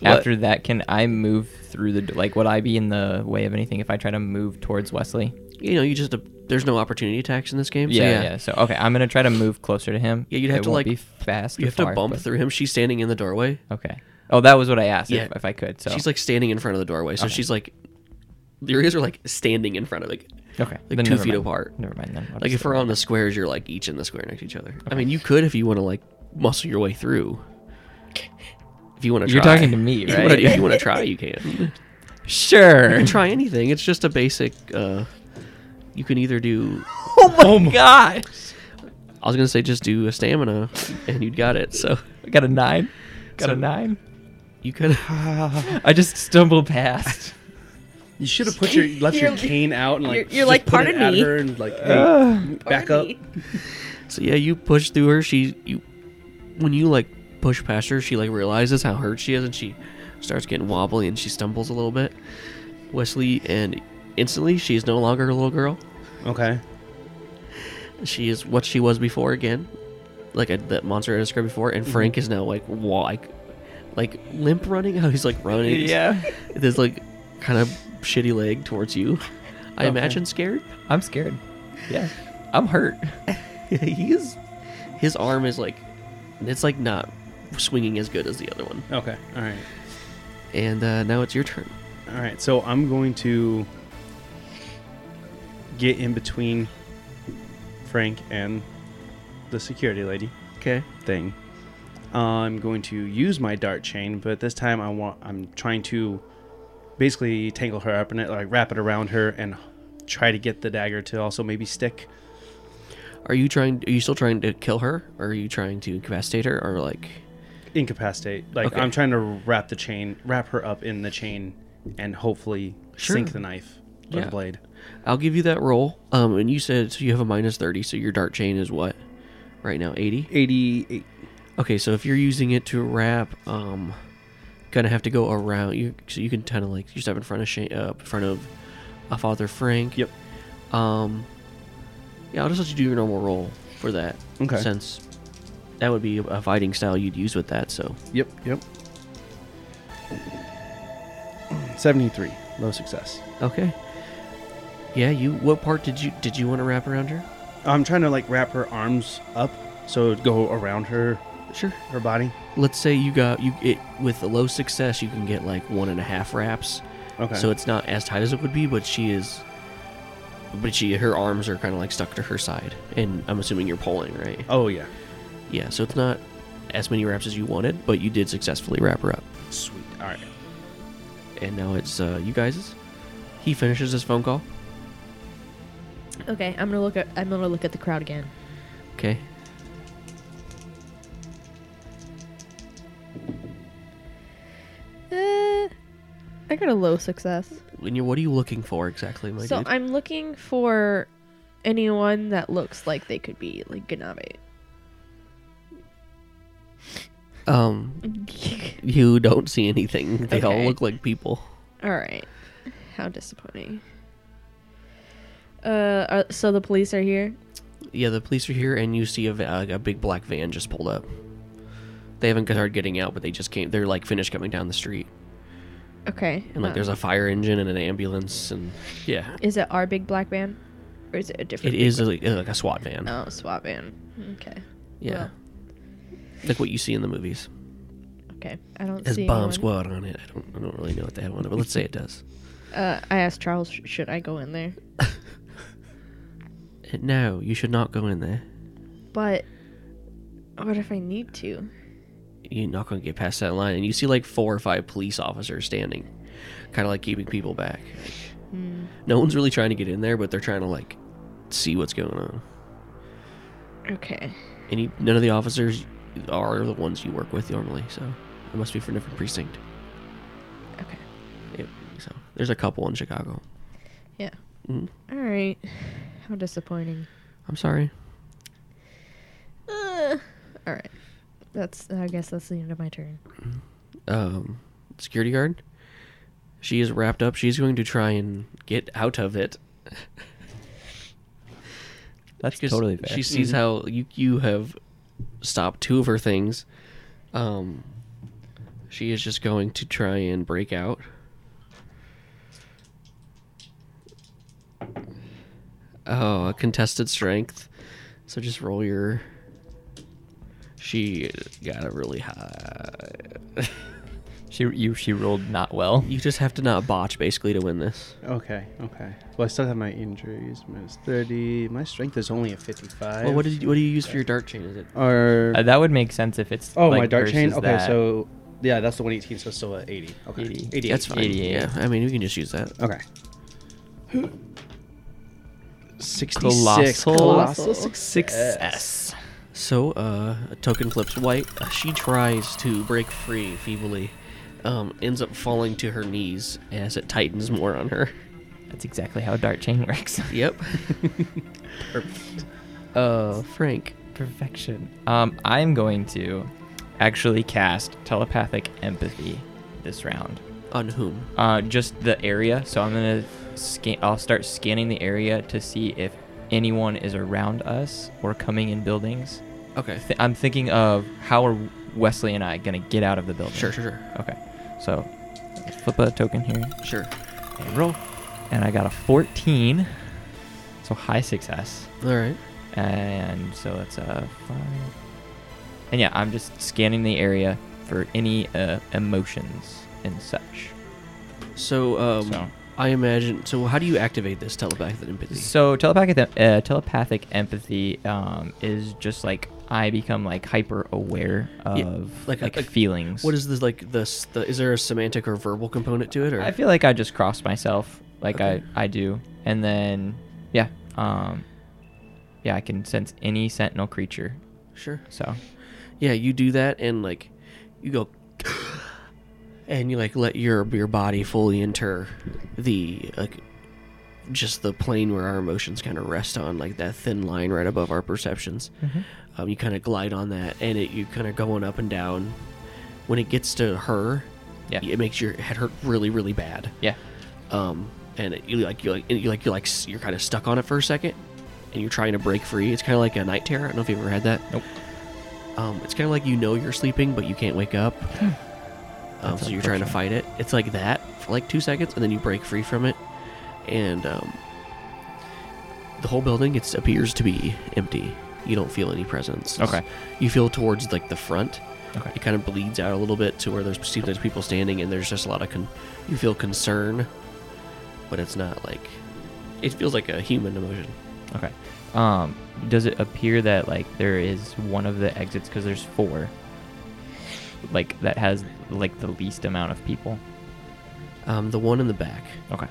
[SPEAKER 4] Um, after that, can I move through the d- like? Would I be in the way of anything if I try to move towards Wesley?
[SPEAKER 1] You know, you just there's no opportunity attacks in this game. so
[SPEAKER 4] yeah,
[SPEAKER 1] yeah.
[SPEAKER 4] yeah. So okay, I'm gonna try to move closer to him.
[SPEAKER 1] Yeah, you'd have
[SPEAKER 4] It
[SPEAKER 1] to,
[SPEAKER 4] won't
[SPEAKER 1] like-
[SPEAKER 4] be fast.
[SPEAKER 1] You
[SPEAKER 4] or
[SPEAKER 1] have to
[SPEAKER 4] far,
[SPEAKER 1] bump
[SPEAKER 4] but-
[SPEAKER 1] through him. She's standing in the doorway.
[SPEAKER 4] Okay. Oh, that was what I asked.
[SPEAKER 1] Yeah.
[SPEAKER 4] If, if I could. So
[SPEAKER 1] She's like standing in front of the doorway, so she's like, your ears are like standing in front of like.
[SPEAKER 4] Okay.
[SPEAKER 1] Like
[SPEAKER 4] then
[SPEAKER 1] two
[SPEAKER 4] never
[SPEAKER 1] feet
[SPEAKER 4] mind.
[SPEAKER 1] apart.
[SPEAKER 4] Never mind then. I'll
[SPEAKER 1] Like
[SPEAKER 4] just-
[SPEAKER 1] if we're on the squares, you're like each in the square next to each other. I mean, you could if you want to like muscle your way through. If you want to,
[SPEAKER 4] You're
[SPEAKER 1] try.
[SPEAKER 4] talking to me,
[SPEAKER 1] If you wanna-
[SPEAKER 4] right?
[SPEAKER 1] if you want to try, you can. You
[SPEAKER 4] Sure.
[SPEAKER 1] can try anything. It's just a basic. Uh, you can either do.
[SPEAKER 4] Oh my god.
[SPEAKER 1] I was gonna say just do a stamina, and you'd got it. So
[SPEAKER 4] I got a nine. Got
[SPEAKER 1] So-
[SPEAKER 4] a nine.
[SPEAKER 1] you could.
[SPEAKER 4] I just stumbled past.
[SPEAKER 2] You should have put your left your
[SPEAKER 3] You're-
[SPEAKER 2] cane out and like
[SPEAKER 3] you're- you're
[SPEAKER 2] just
[SPEAKER 3] like,
[SPEAKER 2] put it
[SPEAKER 3] "Pardon
[SPEAKER 2] at
[SPEAKER 3] me."
[SPEAKER 2] her and like hey,
[SPEAKER 4] Uh,
[SPEAKER 2] back up.
[SPEAKER 3] Party.
[SPEAKER 1] So yeah, you push through her. She you when you like push past her, she like realizes how hurt she is, and she starts getting wobbly and she stumbles a little bit. Wesley and instantly she is no longer a little girl.
[SPEAKER 2] Okay.
[SPEAKER 1] She is what she was before again, like a, that monster I described before. And Frank is now like walk, like limp running. How he's like running.
[SPEAKER 4] yeah.
[SPEAKER 1] this like kind of shitty leg towards you. I
[SPEAKER 4] Okay.
[SPEAKER 1] imagine scared.
[SPEAKER 4] I'm scared. Yeah. I'm hurt.
[SPEAKER 1] he is. His arm is like, it's like not swinging as good as the other one.
[SPEAKER 2] Okay. All right.
[SPEAKER 1] And uh, now it's your turn.
[SPEAKER 2] All right. So I'm going to get in between Frank and the security lady
[SPEAKER 1] Okay.
[SPEAKER 2] thing. I'm going to use my dart chain, but this time I want I'm trying to basically tangle her up in it, like wrap it around her and try to get the dagger to also maybe stick.
[SPEAKER 1] Are you trying? Are you still trying to kill her? Or are you trying to incapacitate her? Or like,
[SPEAKER 2] incapacitate. Like
[SPEAKER 1] Okay.
[SPEAKER 2] I'm trying to wrap the chain, wrap her up in the chain, and hopefully
[SPEAKER 1] Sure.
[SPEAKER 2] sink the knife or
[SPEAKER 1] Yeah.
[SPEAKER 2] the blade.
[SPEAKER 1] I'll give you that roll. Um, and you said so you have a minus thirty, so your dart chain is what right now eighty.
[SPEAKER 2] Eighty-eight.
[SPEAKER 1] Okay, so if you're using it to wrap, um, gonna have to go around you, so you can kind of like you step in front of Shane, uh, in front of uh, Father Frank.
[SPEAKER 2] Yep.
[SPEAKER 1] Um, yeah, I'll just let you do your normal roll for that.
[SPEAKER 2] Okay.
[SPEAKER 1] Since that would be a fighting style you'd use with that, so
[SPEAKER 2] Yep. Yep. Seventy-three. Low success.
[SPEAKER 1] okay. Yeah, you. What part did you did you want to wrap around her?
[SPEAKER 2] I'm trying to like wrap her arms up so it'd go around her
[SPEAKER 1] Sure.
[SPEAKER 2] her body.
[SPEAKER 1] Let's say you got you it with a low success, you can get like one and a half wraps.
[SPEAKER 2] Okay.
[SPEAKER 1] So it's not as tight as it would be, but she is. But she, her arms are kind of like stuck to her side, and I'm assuming you're pulling, right?
[SPEAKER 2] oh yeah.
[SPEAKER 1] Yeah. So it's not as many wraps as you wanted, but you did successfully wrap her up,
[SPEAKER 2] Sweet. All right.
[SPEAKER 1] and now it's uh, you guys's. He finishes his phone call.
[SPEAKER 3] Okay, I'm gonna look at I'm gonna look at the crowd again.
[SPEAKER 1] Okay.
[SPEAKER 3] Uh, I got a low success.
[SPEAKER 1] And you, what are you looking for exactly, my
[SPEAKER 3] so
[SPEAKER 1] dude?
[SPEAKER 3] I'm looking for anyone that looks like they could be like Ganabe.
[SPEAKER 1] um, you don't see anything. They all
[SPEAKER 3] Okay.
[SPEAKER 1] look like people.
[SPEAKER 3] All right. How disappointing. Uh, are, so the police are here.
[SPEAKER 1] Yeah, the police are here, and you see a, va- a big black van just pulled up. They haven't started getting out, but they just came. They're like finished coming down the street.
[SPEAKER 3] Okay.
[SPEAKER 1] and like
[SPEAKER 3] uh,
[SPEAKER 1] there's a fire engine and an ambulance and yeah
[SPEAKER 3] Is it our big black van, or is it a different?
[SPEAKER 1] it
[SPEAKER 3] big
[SPEAKER 1] is a, like a swat van
[SPEAKER 3] black- Oh, SWAT van. Okay.
[SPEAKER 1] yeah
[SPEAKER 3] well.
[SPEAKER 1] like what you see in the movies
[SPEAKER 3] Okay. I don't
[SPEAKER 1] it has
[SPEAKER 3] see.
[SPEAKER 1] bomb
[SPEAKER 3] anyone.
[SPEAKER 1] squad on it I don't, I don't really know what they have on it but let's say it does
[SPEAKER 3] Uh, I asked Charles, "Sh- should I go in there?
[SPEAKER 1] And Uh, no you should not go in there
[SPEAKER 3] But what if I need to?
[SPEAKER 1] you're not going to get past that line and you see like four or five police officers standing kind of like keeping people back
[SPEAKER 3] Hmm.
[SPEAKER 1] no one's really trying to get in there but they're trying to like see what's going on
[SPEAKER 3] Okay.
[SPEAKER 1] and you, none of the officers are the ones you work with normally so it must be for a different precinct
[SPEAKER 3] Okay.
[SPEAKER 1] Yep. so there's a couple in chicago
[SPEAKER 3] Yeah.
[SPEAKER 1] Mhm.
[SPEAKER 3] All right. How disappointing.
[SPEAKER 1] i'm sorry
[SPEAKER 3] Uh, all right. That's. I guess that's the end of my turn.
[SPEAKER 1] um, security guard. She is wrapped up. She's going to try and get out of it.
[SPEAKER 4] That's
[SPEAKER 1] 'Cause
[SPEAKER 4] totally fair.
[SPEAKER 1] She sees how you you have stopped two of her things. Um, she is just going to try and break out. Oh, a contested strength. So just roll your. She got a really high.
[SPEAKER 4] She you she rolled not well.
[SPEAKER 1] You just have to not botch basically to win this.
[SPEAKER 2] Okay, okay. Well, I still have my injuries. Minus 30. My strength is only at 55.
[SPEAKER 1] Well, what did you, what do you use for your dart chain? Is it?
[SPEAKER 2] Or,
[SPEAKER 4] Uh, that would make sense if it's
[SPEAKER 2] oh, my
[SPEAKER 4] like,
[SPEAKER 2] dart chain?
[SPEAKER 4] versus
[SPEAKER 2] Okay,
[SPEAKER 4] that.
[SPEAKER 2] so, yeah, that's the 118, so it's still at 80. Okay.
[SPEAKER 4] 80.
[SPEAKER 2] 88.
[SPEAKER 1] That's fine.
[SPEAKER 4] 88.
[SPEAKER 1] Yeah, I mean we can just use that.
[SPEAKER 2] Okay. 66.
[SPEAKER 4] Colossal.
[SPEAKER 2] Colossal
[SPEAKER 4] success.
[SPEAKER 1] So, uh, token flips white. Uh, she tries to break free feebly, um, ends up falling to her knees as it tightens more on her.
[SPEAKER 4] That's exactly how dart chain works.
[SPEAKER 1] Yep. Uh, Frank.
[SPEAKER 4] Perfection. Um, I'm going to actually cast telepathic empathy this round.
[SPEAKER 1] On whom?
[SPEAKER 4] Uh, just the area. So I'm gonna scan. I'll start scanning the area to see if anyone is around us or coming in buildings.
[SPEAKER 1] Okay.
[SPEAKER 4] Th- I'm thinking of how are Wesley and I gonna get out of the building?
[SPEAKER 1] Sure, sure, sure.
[SPEAKER 4] Okay. So let's flip a token here
[SPEAKER 1] Sure.
[SPEAKER 4] and roll. And I got a 14. So high success.
[SPEAKER 1] All right.
[SPEAKER 4] And so that's a five. And yeah, I'm just scanning the area for any uh, emotions and such.
[SPEAKER 1] So, um,
[SPEAKER 4] So-
[SPEAKER 1] I imagine. So, how do you activate this telepathic empathy?
[SPEAKER 4] So telepathic uh, telepathic empathy um, is just like I become like hyper aware of
[SPEAKER 1] Yeah,
[SPEAKER 4] like,
[SPEAKER 1] like-
[SPEAKER 4] feelings.
[SPEAKER 1] what is this like? This the is there a semantic or verbal component to it? Or
[SPEAKER 4] I feel like I just cross myself, like
[SPEAKER 1] Okay.
[SPEAKER 4] I I do, and then yeah, um, yeah, I can sense any sentinel creature.
[SPEAKER 1] sure.
[SPEAKER 4] So
[SPEAKER 1] Yeah, you do that and like you go and you like let your your body fully enter the like just the plane where our emotions kind of rest on like that thin line right above our perceptions. Um, you kind of glide on that and it you kind of going up and down. When it gets to her,
[SPEAKER 4] Yeah.
[SPEAKER 1] it makes your head hurt really really bad.
[SPEAKER 4] yeah,
[SPEAKER 1] Um, and it, you like you like and you like you like s- you're kind of stuck on it for a second, and you're trying to break free. It's kind of like a night terror. I don't know if you've ever had that.
[SPEAKER 4] Nope.
[SPEAKER 1] Um, it's kind of like you know you're sleeping, but you can't wake up. um,
[SPEAKER 4] Hmm. That's
[SPEAKER 1] so you're trying to fight it. It's like that for like two seconds, and then you break free from it, and um, the whole building it appears to be empty. You don't feel any presence.
[SPEAKER 4] Okay.
[SPEAKER 1] You feel towards like the front.
[SPEAKER 4] Okay.
[SPEAKER 1] It kind of bleeds out a little bit to where there's seems there's people standing, and there's just a lot of con- you feel concern, but it's not like it feels like a human emotion.
[SPEAKER 4] okay. Um, does it appear that like there is one of the exits because there's four, like that has like the least amount of people?
[SPEAKER 1] Um, the one in the back.
[SPEAKER 4] Okay.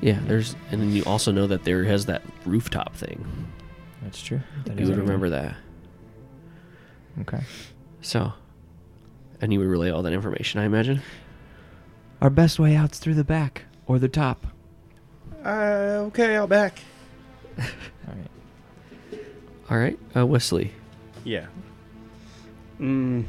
[SPEAKER 1] Yeah, there's, and then you also know that there has that rooftop thing.
[SPEAKER 4] That's true. That
[SPEAKER 1] you
[SPEAKER 4] is
[SPEAKER 1] would
[SPEAKER 4] everyone.
[SPEAKER 1] remember that.
[SPEAKER 4] Okay.
[SPEAKER 1] So, and you would relay all that information, I imagine.
[SPEAKER 4] Our best way out's through the back or the top.
[SPEAKER 2] Uh, okay, I'll back.
[SPEAKER 4] All right.
[SPEAKER 1] All right, uh, Wesley.
[SPEAKER 2] Yeah. Mm.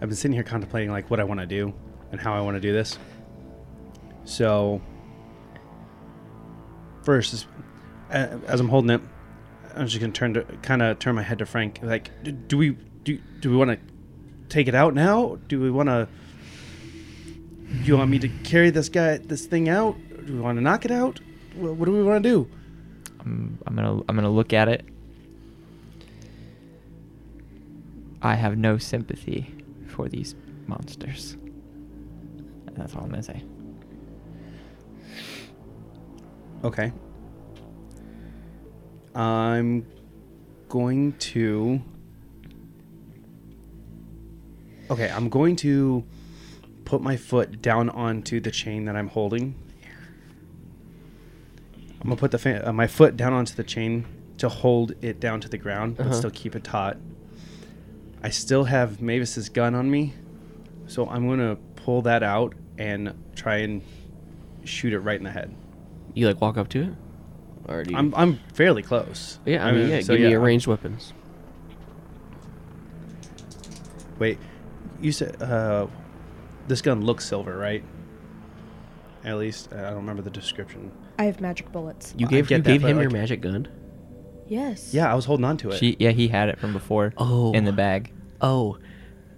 [SPEAKER 2] I've been sitting here contemplating like what I want to do and how I want to do this. So, first, is, a- as I'm holding it, I'm just gonna turn to kind of turn my head to Frank. Like, "D- do we do do we want to take it out now? Do we want to? Do you want me to carry this guy this thing out? Do we want to knock it out? What, what do we want to do?
[SPEAKER 4] I'm, I'm gonna I'm gonna look at it. I have no sympathy for these monsters. That's all I'm gonna say.
[SPEAKER 2] Okay. I'm going to. Okay, I'm going to put my foot down onto the chain that I'm holding. I'm gonna put the fa- uh, my foot down onto the chain to hold it down to the ground, but
[SPEAKER 1] Uh-huh.
[SPEAKER 2] still keep it taut. I still have Mavis's gun on me, so I'm gonna pull that out and try and shoot it right in the head.
[SPEAKER 1] You like walk up to it, or do you?
[SPEAKER 2] I'm I'm fairly close.
[SPEAKER 1] yeah, I mean, yeah.
[SPEAKER 2] so
[SPEAKER 1] give me
[SPEAKER 2] yeah,
[SPEAKER 1] a ranged weapons.
[SPEAKER 2] Wait, you said uh, this gun looks silver, right? At least I don't remember the description.
[SPEAKER 3] I have magic bullets.
[SPEAKER 1] You
[SPEAKER 2] I
[SPEAKER 1] gave
[SPEAKER 2] get
[SPEAKER 1] you
[SPEAKER 2] that,
[SPEAKER 1] gave
[SPEAKER 2] but,
[SPEAKER 1] him
[SPEAKER 2] like-
[SPEAKER 1] your magic gun.
[SPEAKER 3] Yes.
[SPEAKER 2] Yeah, I was holding on to it.
[SPEAKER 4] She yeah he had it from before.
[SPEAKER 1] Oh.
[SPEAKER 4] In the bag.
[SPEAKER 1] Oh,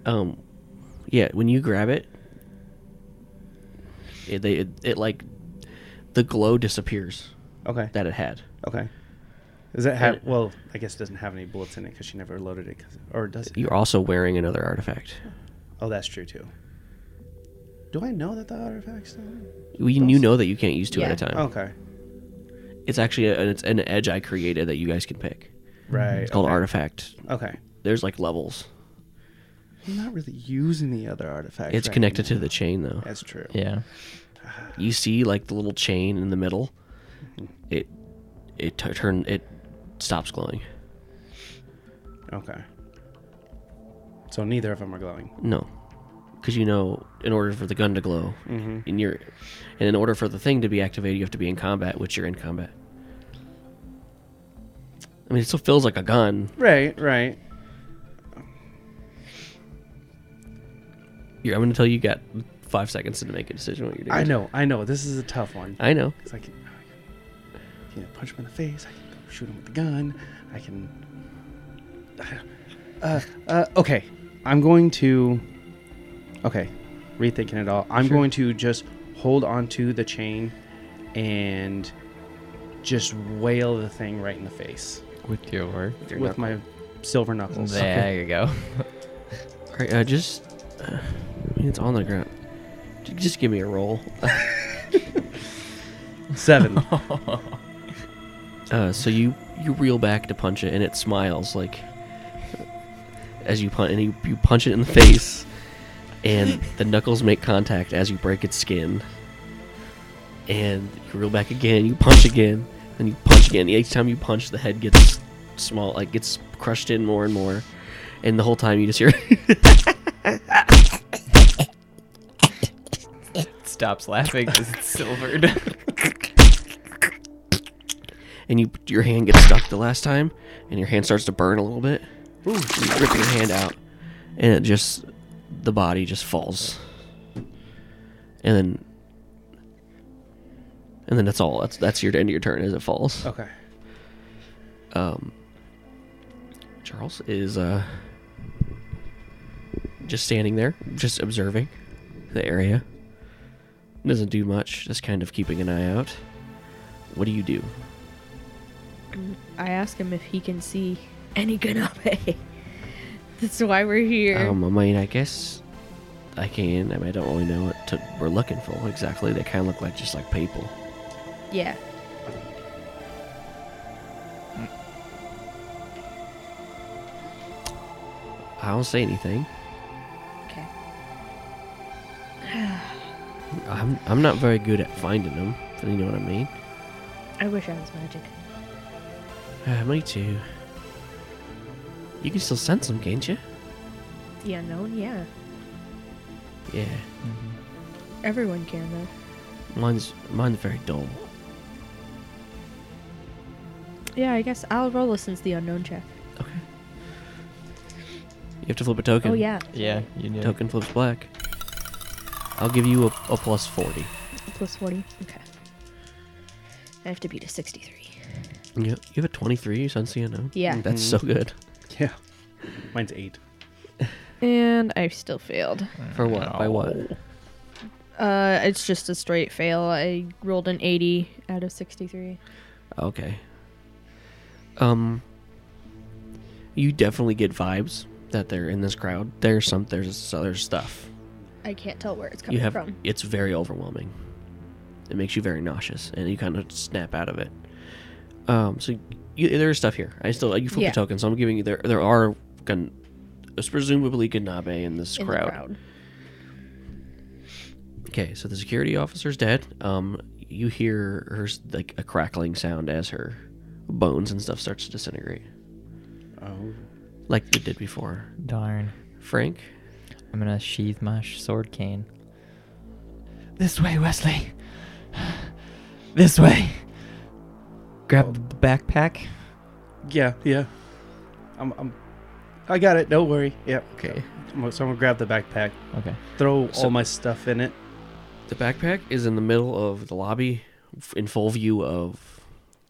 [SPEAKER 1] um, yeah. When you grab it, it they it, it like the glow disappears
[SPEAKER 2] okay.
[SPEAKER 1] that it had.
[SPEAKER 2] Okay. Is that have? Well, I guess it doesn't have any bullets in it because she never loaded it. 'cause- or does it?
[SPEAKER 1] You're also wearing another artifact.
[SPEAKER 2] Oh, that's true too. Do I know that the artifact's not?
[SPEAKER 1] We, you know that you can't use two at a
[SPEAKER 3] Yeah.
[SPEAKER 1] time.
[SPEAKER 2] Okay.
[SPEAKER 1] It's actually a, it's an edge I created that you guys can pick.
[SPEAKER 2] Right.
[SPEAKER 1] It's called
[SPEAKER 2] okay.
[SPEAKER 1] artifact.
[SPEAKER 2] Okay.
[SPEAKER 1] There's like levels.
[SPEAKER 2] I'm not really using the other artifact.
[SPEAKER 1] It's
[SPEAKER 2] right
[SPEAKER 1] connected to
[SPEAKER 2] now.
[SPEAKER 1] the chain though.
[SPEAKER 2] That's true.
[SPEAKER 4] Yeah.
[SPEAKER 1] You see like the little chain in the middle. It it t- turn it stops glowing.
[SPEAKER 2] Okay. So neither of them are glowing.
[SPEAKER 1] No. Because you know, in order for the gun to glow,
[SPEAKER 2] Mm-hmm.
[SPEAKER 1] in your, and in order for the thing to be activated, you have to be in combat, which you're in combat. I mean, it still feels like a gun.
[SPEAKER 2] Right. Right.
[SPEAKER 1] You're, I'm going to tell you, you got five seconds to make a decision what you're doing.
[SPEAKER 2] I know. I know. This is a tough one.
[SPEAKER 1] I know.
[SPEAKER 2] Because I can, I can either punch him in the face, I can go shoot him with the gun, I can. Uh, uh, okay, I'm going to. Okay, rethinking it all. I'm going to just hold onto the chain and just wail the thing right in the face
[SPEAKER 4] With your.
[SPEAKER 2] with my silver knuckles.
[SPEAKER 4] There you go.
[SPEAKER 1] All right, uh, just. uh, I mean, it's on the ground. J- Just give me a roll.
[SPEAKER 2] Seven.
[SPEAKER 1] Uh, so you you reel back to punch it, and it smiles like as you punch, and you, you punch it in the face, and the knuckles make contact as you break its skin. And you reel back again, you punch again, and you punch again. Each time you punch, the head gets small, like gets crushed in more and more, and the whole time you just hear.
[SPEAKER 4] Stops laughing because it's silvered.
[SPEAKER 1] and you your hand gets stuck the last time, and your hand starts to burn a little bit. Ooh. You rip your hand out, and it just the body just falls, and then and then that's all. That's that's your end of your turn as it falls.
[SPEAKER 2] okay.
[SPEAKER 1] Um, Charles is uh just standing there, just observing the area. Doesn't do much, just kind of keeping an eye out. What do you do?
[SPEAKER 3] I ask him if he can see any Ganabe. That's why we're here.
[SPEAKER 1] Um, I mean, I guess I can. I mean, I don't really know what to, we're looking for exactly. They kind of look like just like people.
[SPEAKER 3] yeah.
[SPEAKER 1] I don't say anything.
[SPEAKER 3] Okay.
[SPEAKER 1] I'm I'm not very good at finding them. if You know what I mean?
[SPEAKER 3] I wish I was magic.
[SPEAKER 1] Uh, me too. You can still sense them, can't you?
[SPEAKER 3] The unknown, yeah.
[SPEAKER 1] Yeah.
[SPEAKER 3] Everyone can though.
[SPEAKER 1] Mine's mine's very dull.
[SPEAKER 3] Yeah, I guess I'll roll a since the unknown check.
[SPEAKER 1] Okay. You have to flip a token.
[SPEAKER 3] Oh yeah,
[SPEAKER 4] yeah, you know.
[SPEAKER 1] Token flips black. I'll give you a, a plus forty.
[SPEAKER 3] plus forty. Okay. I have to beat a sixty-three.
[SPEAKER 1] You you have a twenty-three. You sense the unknown.
[SPEAKER 3] Yeah.
[SPEAKER 1] That's so good.
[SPEAKER 2] Yeah. Mine's eight.
[SPEAKER 3] And I still failed.
[SPEAKER 4] Mm.
[SPEAKER 1] For what? By what?
[SPEAKER 3] Uh, it's just a straight fail. I rolled an eighty out of sixty-three.
[SPEAKER 1] Okay. Um you definitely get vibes that they're in this crowd. There's some there's other stuff.
[SPEAKER 3] I can't tell where it's coming
[SPEAKER 1] You have
[SPEAKER 3] from.
[SPEAKER 1] it's very overwhelming. It makes you very nauseous and you kind of snap out of it. Um so you, there is stuff here. I still you flip
[SPEAKER 3] Yeah.
[SPEAKER 1] the token, so I'm giving you there there are gun there's presumably Ganabe in this
[SPEAKER 3] In the
[SPEAKER 1] crowd.
[SPEAKER 3] crowd.
[SPEAKER 1] Okay, so the security officer's dead. Um you hear her s- like a crackling sound as her bones and stuff starts to disintegrate.
[SPEAKER 2] Oh.
[SPEAKER 1] like we did before.
[SPEAKER 4] Darn.
[SPEAKER 1] Frank,
[SPEAKER 4] I'm gonna sheath my sh- sword cane. This way, Wesley. This way. Grab the backpack.
[SPEAKER 2] Yeah, yeah. I'm, I'm, I got it. Don't worry. Yep.
[SPEAKER 1] Okay.
[SPEAKER 2] I'm- So I'm gonna grab the backpack,
[SPEAKER 4] Okay.
[SPEAKER 2] throw
[SPEAKER 1] So-
[SPEAKER 2] all my stuff in it.
[SPEAKER 1] the backpack is in the middle of the lobby, f- in full view of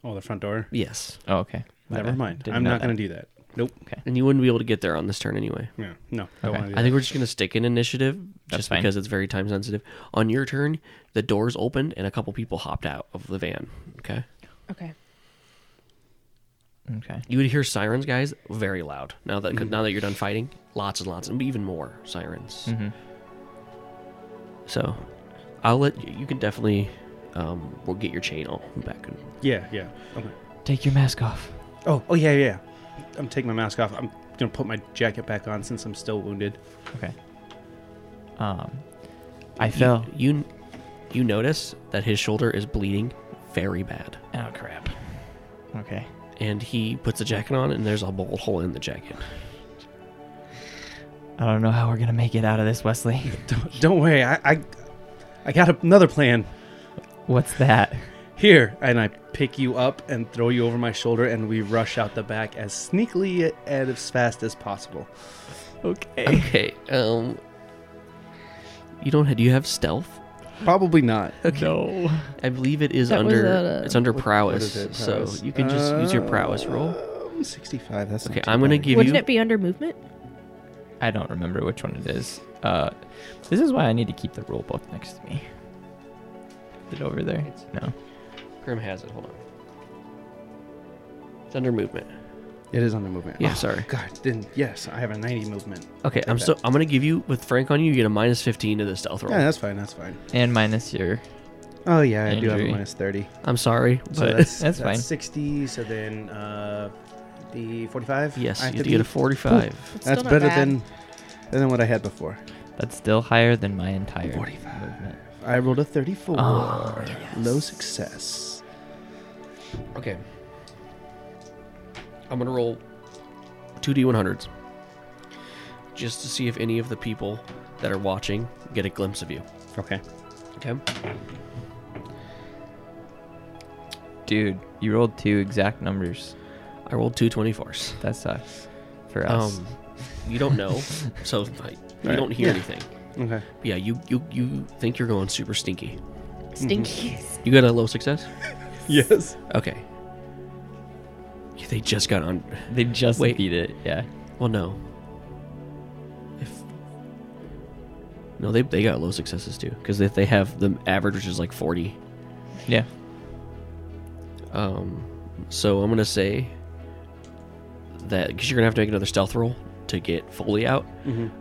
[SPEAKER 2] Oh, the front door.
[SPEAKER 1] yes,
[SPEAKER 4] Oh, okay. My
[SPEAKER 2] Never
[SPEAKER 4] bad.
[SPEAKER 2] mind.
[SPEAKER 4] Didn't
[SPEAKER 2] I'm
[SPEAKER 4] know
[SPEAKER 2] not gonna
[SPEAKER 4] that.
[SPEAKER 2] do that. Nope.
[SPEAKER 1] and you wouldn't be able to get there on this turn anyway.
[SPEAKER 2] Yeah. No. Don't
[SPEAKER 4] Okay.
[SPEAKER 2] wanna do
[SPEAKER 1] I think we're just gonna stick in initiative,
[SPEAKER 4] That's
[SPEAKER 1] just
[SPEAKER 4] fine.
[SPEAKER 1] because it's very time sensitive. On your turn, the doors opened and a couple people hopped out of the van. Okay,
[SPEAKER 3] Okay.
[SPEAKER 4] Okay.
[SPEAKER 1] You would hear sirens, guys, very loud. Now that
[SPEAKER 4] Mm-hmm.
[SPEAKER 1] now that you're done fighting, lots and lots, and even more sirens.
[SPEAKER 4] Mhm.
[SPEAKER 1] So, I'll let you, you can definitely um, we'll get your chain all back. And,
[SPEAKER 2] Yeah, yeah. Okay.
[SPEAKER 4] Take your mask off.
[SPEAKER 2] Oh, oh yeah, yeah. I'm taking my mask off. I'm gonna put my jacket back on since I'm still wounded.
[SPEAKER 4] Okay. Um, I fell.
[SPEAKER 1] You, you you notice that his shoulder is bleeding very bad,
[SPEAKER 4] Oh crap. Okay.
[SPEAKER 1] and he puts the jacket on, and there's a bullet hole in the jacket.
[SPEAKER 4] I don't know how we're gonna make it out of this, Wesley.
[SPEAKER 2] Don't, don't worry. I, I, I got another plan.
[SPEAKER 4] What's that?
[SPEAKER 2] Here, and I pick you up and throw you over my shoulder, and we rush out the back as sneakily and as fast as possible.
[SPEAKER 4] Okay.
[SPEAKER 1] Okay. Um. You don't. have- Do you have stealth?
[SPEAKER 2] Probably not.
[SPEAKER 4] No.
[SPEAKER 1] I believe it is
[SPEAKER 3] That was
[SPEAKER 1] under.
[SPEAKER 3] at a-
[SPEAKER 1] it's under prowess,
[SPEAKER 2] is it? Prowess.
[SPEAKER 1] So you can just use your prowess roll.
[SPEAKER 2] Um, 65. That's not
[SPEAKER 1] Okay,
[SPEAKER 2] too
[SPEAKER 1] I'm gonna
[SPEAKER 2] bad.
[SPEAKER 1] give
[SPEAKER 3] Wouldn't
[SPEAKER 1] you.
[SPEAKER 3] it be under movement?
[SPEAKER 4] I don't remember which one it is. Uh, this is why I need to keep the rule book next to me. Is it over there? No.
[SPEAKER 1] Grim has it. Hold on. It's under movement.
[SPEAKER 2] It is under movement.
[SPEAKER 1] Yeah,
[SPEAKER 2] Oh,
[SPEAKER 1] sorry.
[SPEAKER 2] God, then yes, I have a 90 movement.
[SPEAKER 1] Okay, I'm
[SPEAKER 2] that.
[SPEAKER 1] so I'm gonna give you with Frank on you. You get a minus 15 to the stealth roll.
[SPEAKER 2] Yeah, that's fine. That's fine.
[SPEAKER 4] And minus your.
[SPEAKER 2] Oh yeah, I do have a
[SPEAKER 4] Injury.
[SPEAKER 2] minus 30.
[SPEAKER 1] I'm sorry,
[SPEAKER 2] So
[SPEAKER 1] but
[SPEAKER 2] that's,
[SPEAKER 4] That's fine.
[SPEAKER 2] 60. So then, uh, the 45.
[SPEAKER 1] yes,
[SPEAKER 2] I
[SPEAKER 1] you
[SPEAKER 2] have
[SPEAKER 1] have to
[SPEAKER 2] beat?
[SPEAKER 1] get a 45.
[SPEAKER 3] It's still
[SPEAKER 2] That's
[SPEAKER 3] not
[SPEAKER 2] better
[SPEAKER 3] bad.
[SPEAKER 2] than than what I had before.
[SPEAKER 4] That's still higher than my entire
[SPEAKER 2] 45.
[SPEAKER 4] movement.
[SPEAKER 2] I rolled a 34.
[SPEAKER 4] Ah,
[SPEAKER 2] Low success.
[SPEAKER 1] Okay. I'm gonna roll two d100s just to see if any of the people that are watching get a glimpse of you.
[SPEAKER 2] Okay.
[SPEAKER 1] Okay.
[SPEAKER 4] Dude, you rolled two exact numbers.
[SPEAKER 1] I rolled two 24s.
[SPEAKER 4] That sucks for us.
[SPEAKER 1] Um, you don't know, so like, you
[SPEAKER 2] Right.
[SPEAKER 1] don't hear
[SPEAKER 2] Yeah.
[SPEAKER 1] anything.
[SPEAKER 2] Okay.
[SPEAKER 1] Yeah, you you you think you're going super stinky.
[SPEAKER 2] mm-hmm.
[SPEAKER 3] Stinky.
[SPEAKER 1] You got a low success.
[SPEAKER 2] Yes.
[SPEAKER 1] Okay. Yeah, They just got on.
[SPEAKER 4] they just
[SPEAKER 1] wait.
[SPEAKER 4] beat it. Yeah.
[SPEAKER 1] Well, no. If no, they they got low successes too because if they have the average, which is like forty.
[SPEAKER 4] Yeah.
[SPEAKER 1] Um, so I'm gonna say that because you're gonna have to make another stealth roll to get fully out.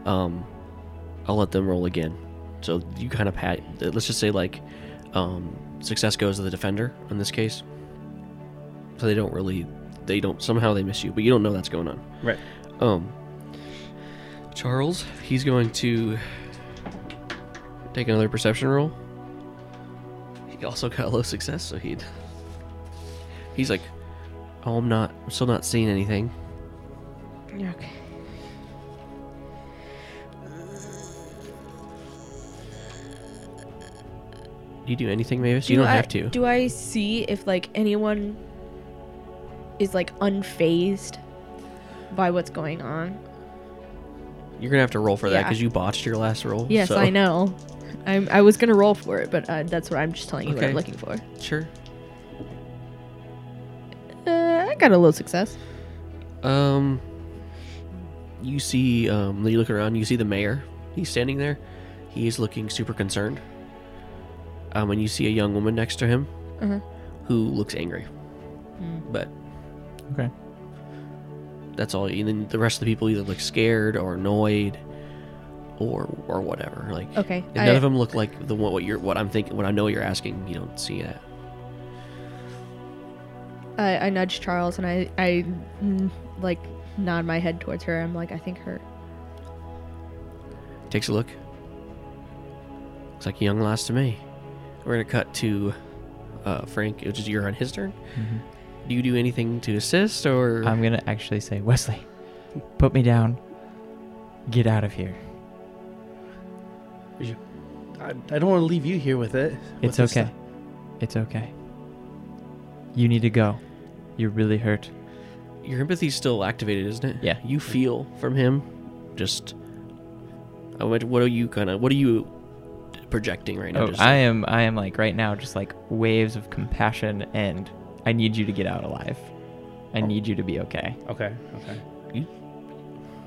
[SPEAKER 1] Um, I'll let them roll again. So you kind of pat. Let's just say like, um, success goes to the defender in this case. So they don't really, they don't somehow they miss you, but you don't know that's going on.
[SPEAKER 2] Right.
[SPEAKER 1] Um, Charles, he's going to take another perception roll. He also got a low success, so he'd. He's like, oh, I'm not, I'm still not seeing anything.
[SPEAKER 3] Okay.
[SPEAKER 1] Do you do anything, Mavis? you
[SPEAKER 3] Do
[SPEAKER 1] don't
[SPEAKER 3] I-
[SPEAKER 1] have to.
[SPEAKER 3] Do I see if like anyone is like unfazed by what's going on?
[SPEAKER 1] You're gonna have to roll for that
[SPEAKER 3] Yeah.
[SPEAKER 1] because you botched your last roll.
[SPEAKER 3] Yes,
[SPEAKER 1] so-
[SPEAKER 3] I know. I'm, I was gonna roll for it, but uh, that's what I'm just telling you what
[SPEAKER 1] Okay.
[SPEAKER 3] I'm looking for.
[SPEAKER 1] Sure.
[SPEAKER 3] Uh, I got a little success.
[SPEAKER 1] Um, you see, um, you look around. You see the mayor. He's standing there. He's looking super concerned. Um, and you see a young woman next to him
[SPEAKER 3] Uh-huh.
[SPEAKER 1] who looks angry. But
[SPEAKER 4] Okay.
[SPEAKER 1] that's all. And then the rest of the people either look scared or annoyed, or or whatever. Like
[SPEAKER 3] Okay,
[SPEAKER 1] and none
[SPEAKER 3] I-
[SPEAKER 1] of them look like the one what you're what I'm thinking. What I know you're asking. You don't see that.
[SPEAKER 3] I, I nudge Charles and I, I mm, like nod my head towards her. I'm like, I think her.
[SPEAKER 1] Takes a look. Looks like a young lass to me. We're gonna cut to uh, Frank, which is you're on his turn. Do you do anything to assist, or
[SPEAKER 4] I'm gonna actually say, Wesley, put me down. Get out of here.
[SPEAKER 2] I, I don't want to leave you here with it. with
[SPEAKER 4] It's
[SPEAKER 2] this
[SPEAKER 4] okay.
[SPEAKER 2] stuff.
[SPEAKER 4] It's okay. You need to go. You're really hurt.
[SPEAKER 1] your empathy's still activated, isn't it?
[SPEAKER 4] Yeah.
[SPEAKER 1] You feel from him. Just, I went- what are you kind of? What are you projecting right now?
[SPEAKER 4] Oh,
[SPEAKER 1] just
[SPEAKER 4] I am. I am like right now, just like waves of compassion, and I need you to get out alive. I need you to be okay.
[SPEAKER 2] Okay. Okay.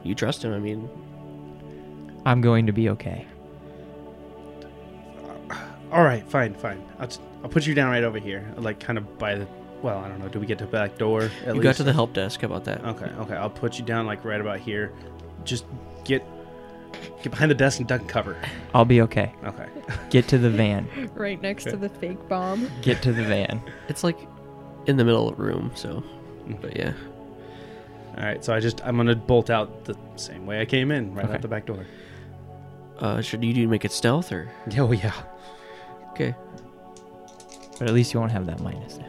[SPEAKER 1] you trust him. I mean,
[SPEAKER 4] I'm going to be okay.
[SPEAKER 2] All right. Fine. Fine. I'll, just, I'll put you down right over here. Like kind of by the Well, I don't know. Do we get to the back door? At
[SPEAKER 1] you got to the help desk. How about
[SPEAKER 4] Uh.
[SPEAKER 1] that?
[SPEAKER 2] Okay, okay. I'll put you down like right about here. Just get get behind the desk and duck and cover.
[SPEAKER 4] I'll be okay.
[SPEAKER 2] Okay.
[SPEAKER 4] Get to the van.
[SPEAKER 3] Right next to the fake bomb.
[SPEAKER 4] Get to the van.
[SPEAKER 1] It's like in the middle of the room, so. But yeah.
[SPEAKER 2] All right. So I just I'm gonna bolt out the same way I came in, right
[SPEAKER 4] Okay.
[SPEAKER 2] out the back door.
[SPEAKER 1] Uh, should you do make it stealth or?
[SPEAKER 2] Oh yeah.
[SPEAKER 1] Okay.
[SPEAKER 4] But at least you won't have that minus now.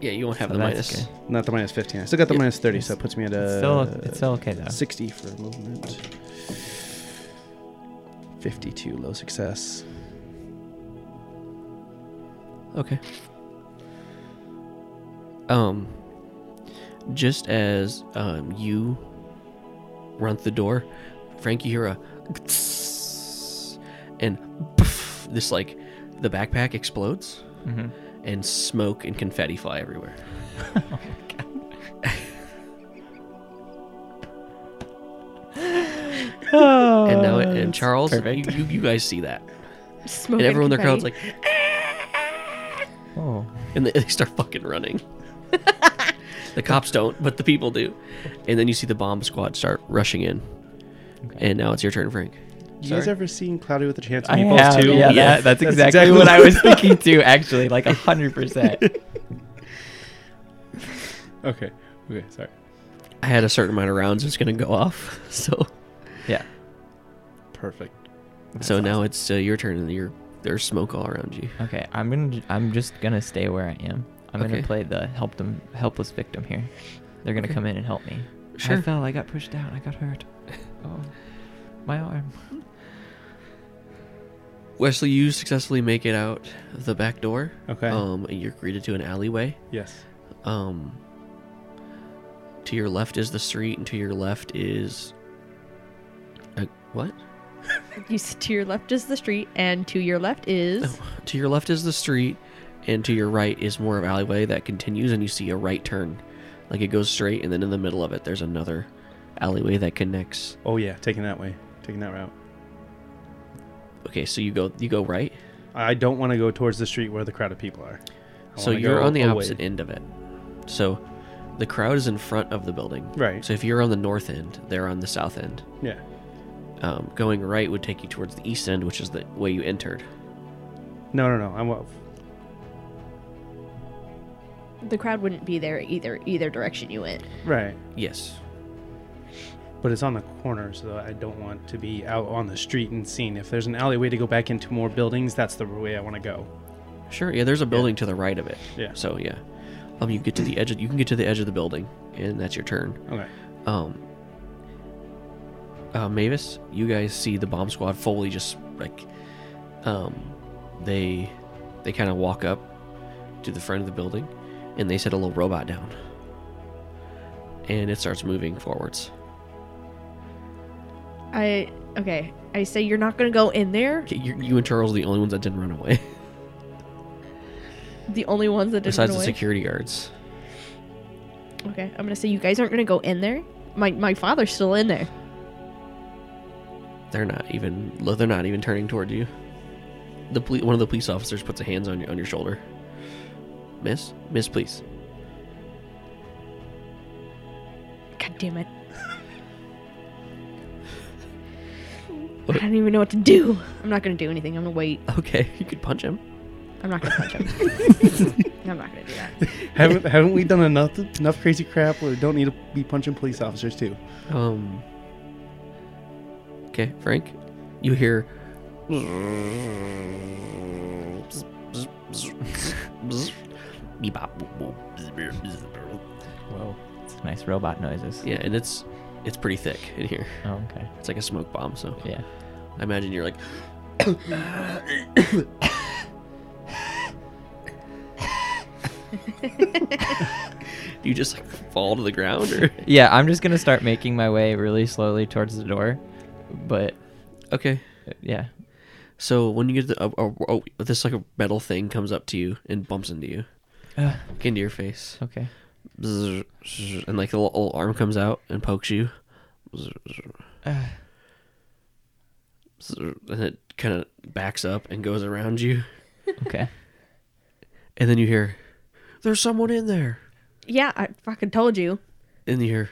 [SPEAKER 1] Yeah, you won't have
[SPEAKER 4] So
[SPEAKER 1] the
[SPEAKER 4] that's
[SPEAKER 1] minus.
[SPEAKER 4] good.
[SPEAKER 2] Not the minus 15. I still got the minus 30, so it puts me at a
[SPEAKER 4] It's still, it's still okay though.
[SPEAKER 2] 60 for movement. 52 low success.
[SPEAKER 1] Okay. Um, just as um you run through the door, Frank, you hear a and poof, this like the backpack explodes
[SPEAKER 4] Mm-hmm.
[SPEAKER 1] and smoke and confetti fly everywhere. and now and Charles, you,
[SPEAKER 4] Ah, Oh, perfect.
[SPEAKER 1] you, you guys see that,
[SPEAKER 3] Smoking
[SPEAKER 1] and everyone in the crowd's
[SPEAKER 3] confetti.
[SPEAKER 1] like,
[SPEAKER 4] Oh.
[SPEAKER 1] and they, they start fucking running. the cops don't, but the people do. And then you see the bomb squad start rushing in. And now it's your turn, Frank.
[SPEAKER 2] You guys
[SPEAKER 1] Sorry.
[SPEAKER 2] ever seen Cloudy with a Chance of
[SPEAKER 4] I
[SPEAKER 2] Meatballs
[SPEAKER 4] have,
[SPEAKER 2] 2?
[SPEAKER 4] yeah,
[SPEAKER 1] Yeah.
[SPEAKER 4] that- that's,
[SPEAKER 2] That's
[SPEAKER 4] exactly
[SPEAKER 2] exactly
[SPEAKER 4] what
[SPEAKER 2] what-
[SPEAKER 4] I was thinking too. Actually, like a hundred percent.
[SPEAKER 2] Okay. Okay, sorry.
[SPEAKER 1] I had a certain amount of rounds. It's gonna go off. So,
[SPEAKER 4] Yeah.
[SPEAKER 2] Perfect.
[SPEAKER 1] so now it's uh, your turn, and you're, there's smoke all around you.
[SPEAKER 4] Okay, I'm gonna. I'm just gonna stay where I am. I'm
[SPEAKER 1] Okay.
[SPEAKER 4] gonna play the help them, helpless victim here. They're gonna come in and help me. I
[SPEAKER 1] Sure.
[SPEAKER 4] fell. I got pushed down. I got hurt. Oh, my arm.
[SPEAKER 1] Wesley, you successfully make it out the back door.
[SPEAKER 2] Okay.
[SPEAKER 1] Um, and you're greeted to an alleyway.
[SPEAKER 2] Yes.
[SPEAKER 1] Um, to your left is the street, and to your left is. A, what?
[SPEAKER 3] You s- to your left is the street, and to your left is
[SPEAKER 1] No. To your left is the street, and to your right is more of alleyway that continues, and you see a right turn, like it goes straight, and then in the middle of it there's another alleyway that connects.
[SPEAKER 2] Oh yeah, taking that way. Taking that route.
[SPEAKER 1] Okay, so you go you go right.
[SPEAKER 2] I don't want to go towards the street where the crowd of people are. I
[SPEAKER 1] So
[SPEAKER 2] wanna
[SPEAKER 1] you're
[SPEAKER 2] go
[SPEAKER 1] on the
[SPEAKER 2] away.
[SPEAKER 1] opposite end of it. So the crowd is in front of the building.
[SPEAKER 2] Right.
[SPEAKER 1] So if you're on the north end, they're on the south end.
[SPEAKER 2] Yeah.
[SPEAKER 1] Um, going right would take you towards the east end, which is the way you entered.
[SPEAKER 2] No, no, no. I'm well,
[SPEAKER 1] Oh.
[SPEAKER 3] the crowd wouldn't be there either either direction you went.
[SPEAKER 2] right.
[SPEAKER 1] Yes.
[SPEAKER 2] But it's on the corner, so I don't want to be out on the street and seen. If there's an alleyway to go back into more buildings, that's the way I want to go.
[SPEAKER 1] Sure. Yeah, there's a building to the right of it.
[SPEAKER 2] Yeah.
[SPEAKER 1] So yeah, um, you get to the edge. Of, you can get to the edge of the building, and that's your turn.
[SPEAKER 2] Okay.
[SPEAKER 1] Um, uh, Mavis, you guys see the bomb squad fully just like, um, they they kind of walk up to the front of the building, and they set a little robot down, and it starts moving forwards.
[SPEAKER 3] I okay. I say you're not gonna go in there.
[SPEAKER 1] Okay, you, you and Charles are the only ones that didn't run away,
[SPEAKER 3] The only ones that didn't
[SPEAKER 1] besides
[SPEAKER 3] run
[SPEAKER 1] the
[SPEAKER 3] away.
[SPEAKER 1] security guards.
[SPEAKER 3] Okay, I'm gonna say you guys aren't gonna go in there. My my father's still in there.
[SPEAKER 1] They're not even they're not even turning toward you. The poli- one of the police officers puts a hands on your on your shoulder. Miss, miss, please.
[SPEAKER 3] God damn it. I don't even know what to do. I'm not gonna do anything. I'm gonna wait.
[SPEAKER 1] Okay, you could punch him.
[SPEAKER 3] I'm not gonna punch him. I'm not gonna do that.
[SPEAKER 2] haven't haven't we done enough enough crazy crap where we don't need to be punching police officers too?
[SPEAKER 1] Um. Okay, Frank, you hear.
[SPEAKER 4] Whoa. It's nice robot noises.
[SPEAKER 1] Yeah, and it's it's pretty thick in here.
[SPEAKER 4] Oh, okay.
[SPEAKER 1] It's like a smoke bomb. So
[SPEAKER 4] Yeah.
[SPEAKER 1] I imagine you're like, you just like fall to the ground, or
[SPEAKER 4] Yeah. I'm just gonna start making my way really slowly towards the door, but
[SPEAKER 1] okay.
[SPEAKER 4] uh, yeah.
[SPEAKER 1] So when you get to the, oh, oh, oh, this like a metal thing comes up to you and bumps into you,
[SPEAKER 4] Uh,
[SPEAKER 1] like, into your face,
[SPEAKER 4] okay.
[SPEAKER 1] and like the little, little arm comes out and pokes you,
[SPEAKER 4] Uh,
[SPEAKER 1] and it kind of backs up and goes around you,
[SPEAKER 4] okay.
[SPEAKER 1] and then you hear, There's someone in there.
[SPEAKER 3] Yeah, I fucking told you.
[SPEAKER 1] in here.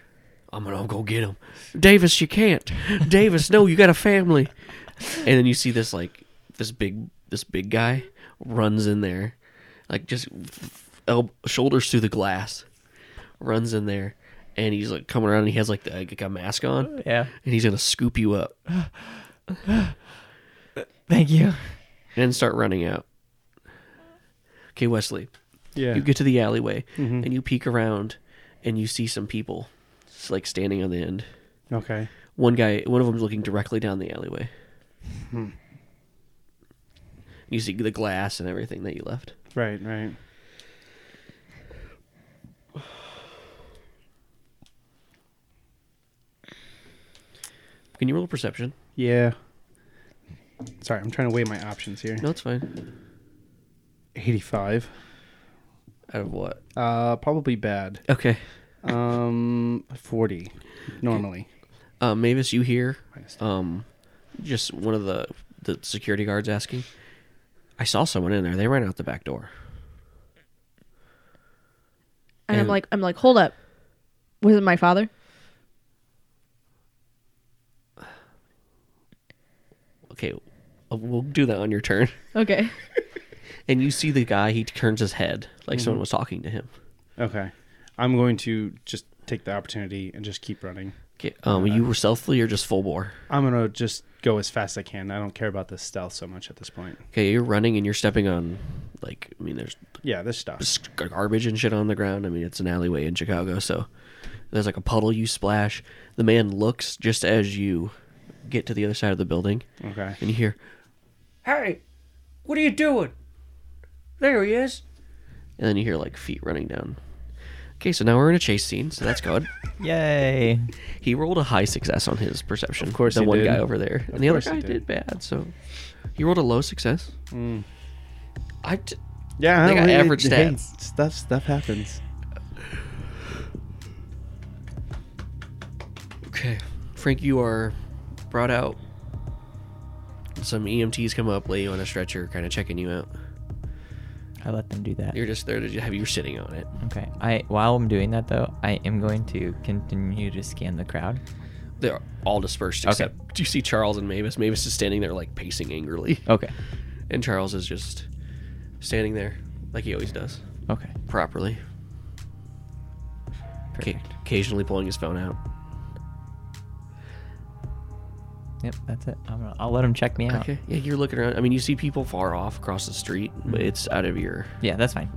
[SPEAKER 1] I'm gonna go get him. Davis, you can't. Davis, no, you got a family. And then you see this like this big this big guy runs in there, like just el- shoulders through the glass, runs in there, and he's like coming around. and He has like, the, like a mask on,
[SPEAKER 4] Yeah.
[SPEAKER 1] and he's gonna scoop you up and
[SPEAKER 4] Thank you.
[SPEAKER 1] then start running out. Okay, Wesley,
[SPEAKER 2] Yeah.
[SPEAKER 1] you get to the alleyway and you peek around, and you see some people, s- like standing on the end.
[SPEAKER 2] okay.
[SPEAKER 1] one guy one of them's looking directly down the alleyway Hmm. you see the glass and everything that you left
[SPEAKER 2] Right. Right.
[SPEAKER 1] can you roll a perception
[SPEAKER 2] Yeah. Sorry, I'm trying to weigh my options here.
[SPEAKER 1] no it's fine
[SPEAKER 2] 85.
[SPEAKER 1] out of what
[SPEAKER 2] Uh, probably bad.
[SPEAKER 1] okay
[SPEAKER 2] Um, 40 normally.
[SPEAKER 1] uh, mavis you hear
[SPEAKER 2] Minus ten.
[SPEAKER 1] um, just one of the the security guards asking i saw someone in there they ran out the back door
[SPEAKER 3] And I'm
[SPEAKER 1] And-
[SPEAKER 3] like, I'm like, hold up. Was it my father?
[SPEAKER 1] okay uh, we'll do that on your turn
[SPEAKER 3] Okay.
[SPEAKER 1] and you see the guy he turns his head like someone was talking to him
[SPEAKER 2] Okay. I'm going to just take the opportunity and just keep running.
[SPEAKER 1] okay um, you were stealthily or just full bore
[SPEAKER 2] I'm going to just go as fast as I can. I don't care about this stealth so much at this point.
[SPEAKER 1] okay you're running and you're stepping on like i mean there's
[SPEAKER 2] Yeah, this stuff.
[SPEAKER 1] s- garbage and shit on the ground. I mean, it's an alleyway in Chicago, so there's like a puddle you splash. The man looks just as you get to the other side of the building,
[SPEAKER 2] Okay.
[SPEAKER 1] and you hear,
[SPEAKER 5] Hey, what are you doing? There he is.
[SPEAKER 1] and then you hear like feet running down. Okay, so now we're in a chase scene, so that's good.
[SPEAKER 4] Yay.
[SPEAKER 1] he rolled a high success on his perception. Of
[SPEAKER 2] course
[SPEAKER 1] the
[SPEAKER 2] he
[SPEAKER 1] one
[SPEAKER 2] did.
[SPEAKER 1] guy over there, and the other
[SPEAKER 2] course he
[SPEAKER 1] guy did.
[SPEAKER 2] did.
[SPEAKER 1] bad. So he rolled a low success. I t-
[SPEAKER 2] Mm. Yeah,
[SPEAKER 1] They got
[SPEAKER 2] don't-
[SPEAKER 1] average
[SPEAKER 2] hey,
[SPEAKER 1] stats.
[SPEAKER 2] Stuff stuff happens.
[SPEAKER 1] Okay. Frank, you are brought out. Some EMTs come up, lay you on a stretcher, kind of checking you out.
[SPEAKER 4] I let them do that.
[SPEAKER 1] You're just there to have you sitting on it.
[SPEAKER 4] Okay. I while I'm doing that though, I am going to continue to scan the crowd.
[SPEAKER 1] They're all dispersed except you see Charles and Mavis. Mavis is standing there like pacing angrily,
[SPEAKER 4] Okay.
[SPEAKER 1] and Charles is just standing there like he always does,
[SPEAKER 4] Okay.
[SPEAKER 1] properly. Ca-
[SPEAKER 4] Perfect.
[SPEAKER 1] occasionally pulling his phone out.
[SPEAKER 4] Yep, that's it. I'm gonna, I'll let them check me out.
[SPEAKER 1] Okay. Yeah, you're looking around. I mean, you see people far off across the street, but it's out of your
[SPEAKER 4] Yeah, that's fine.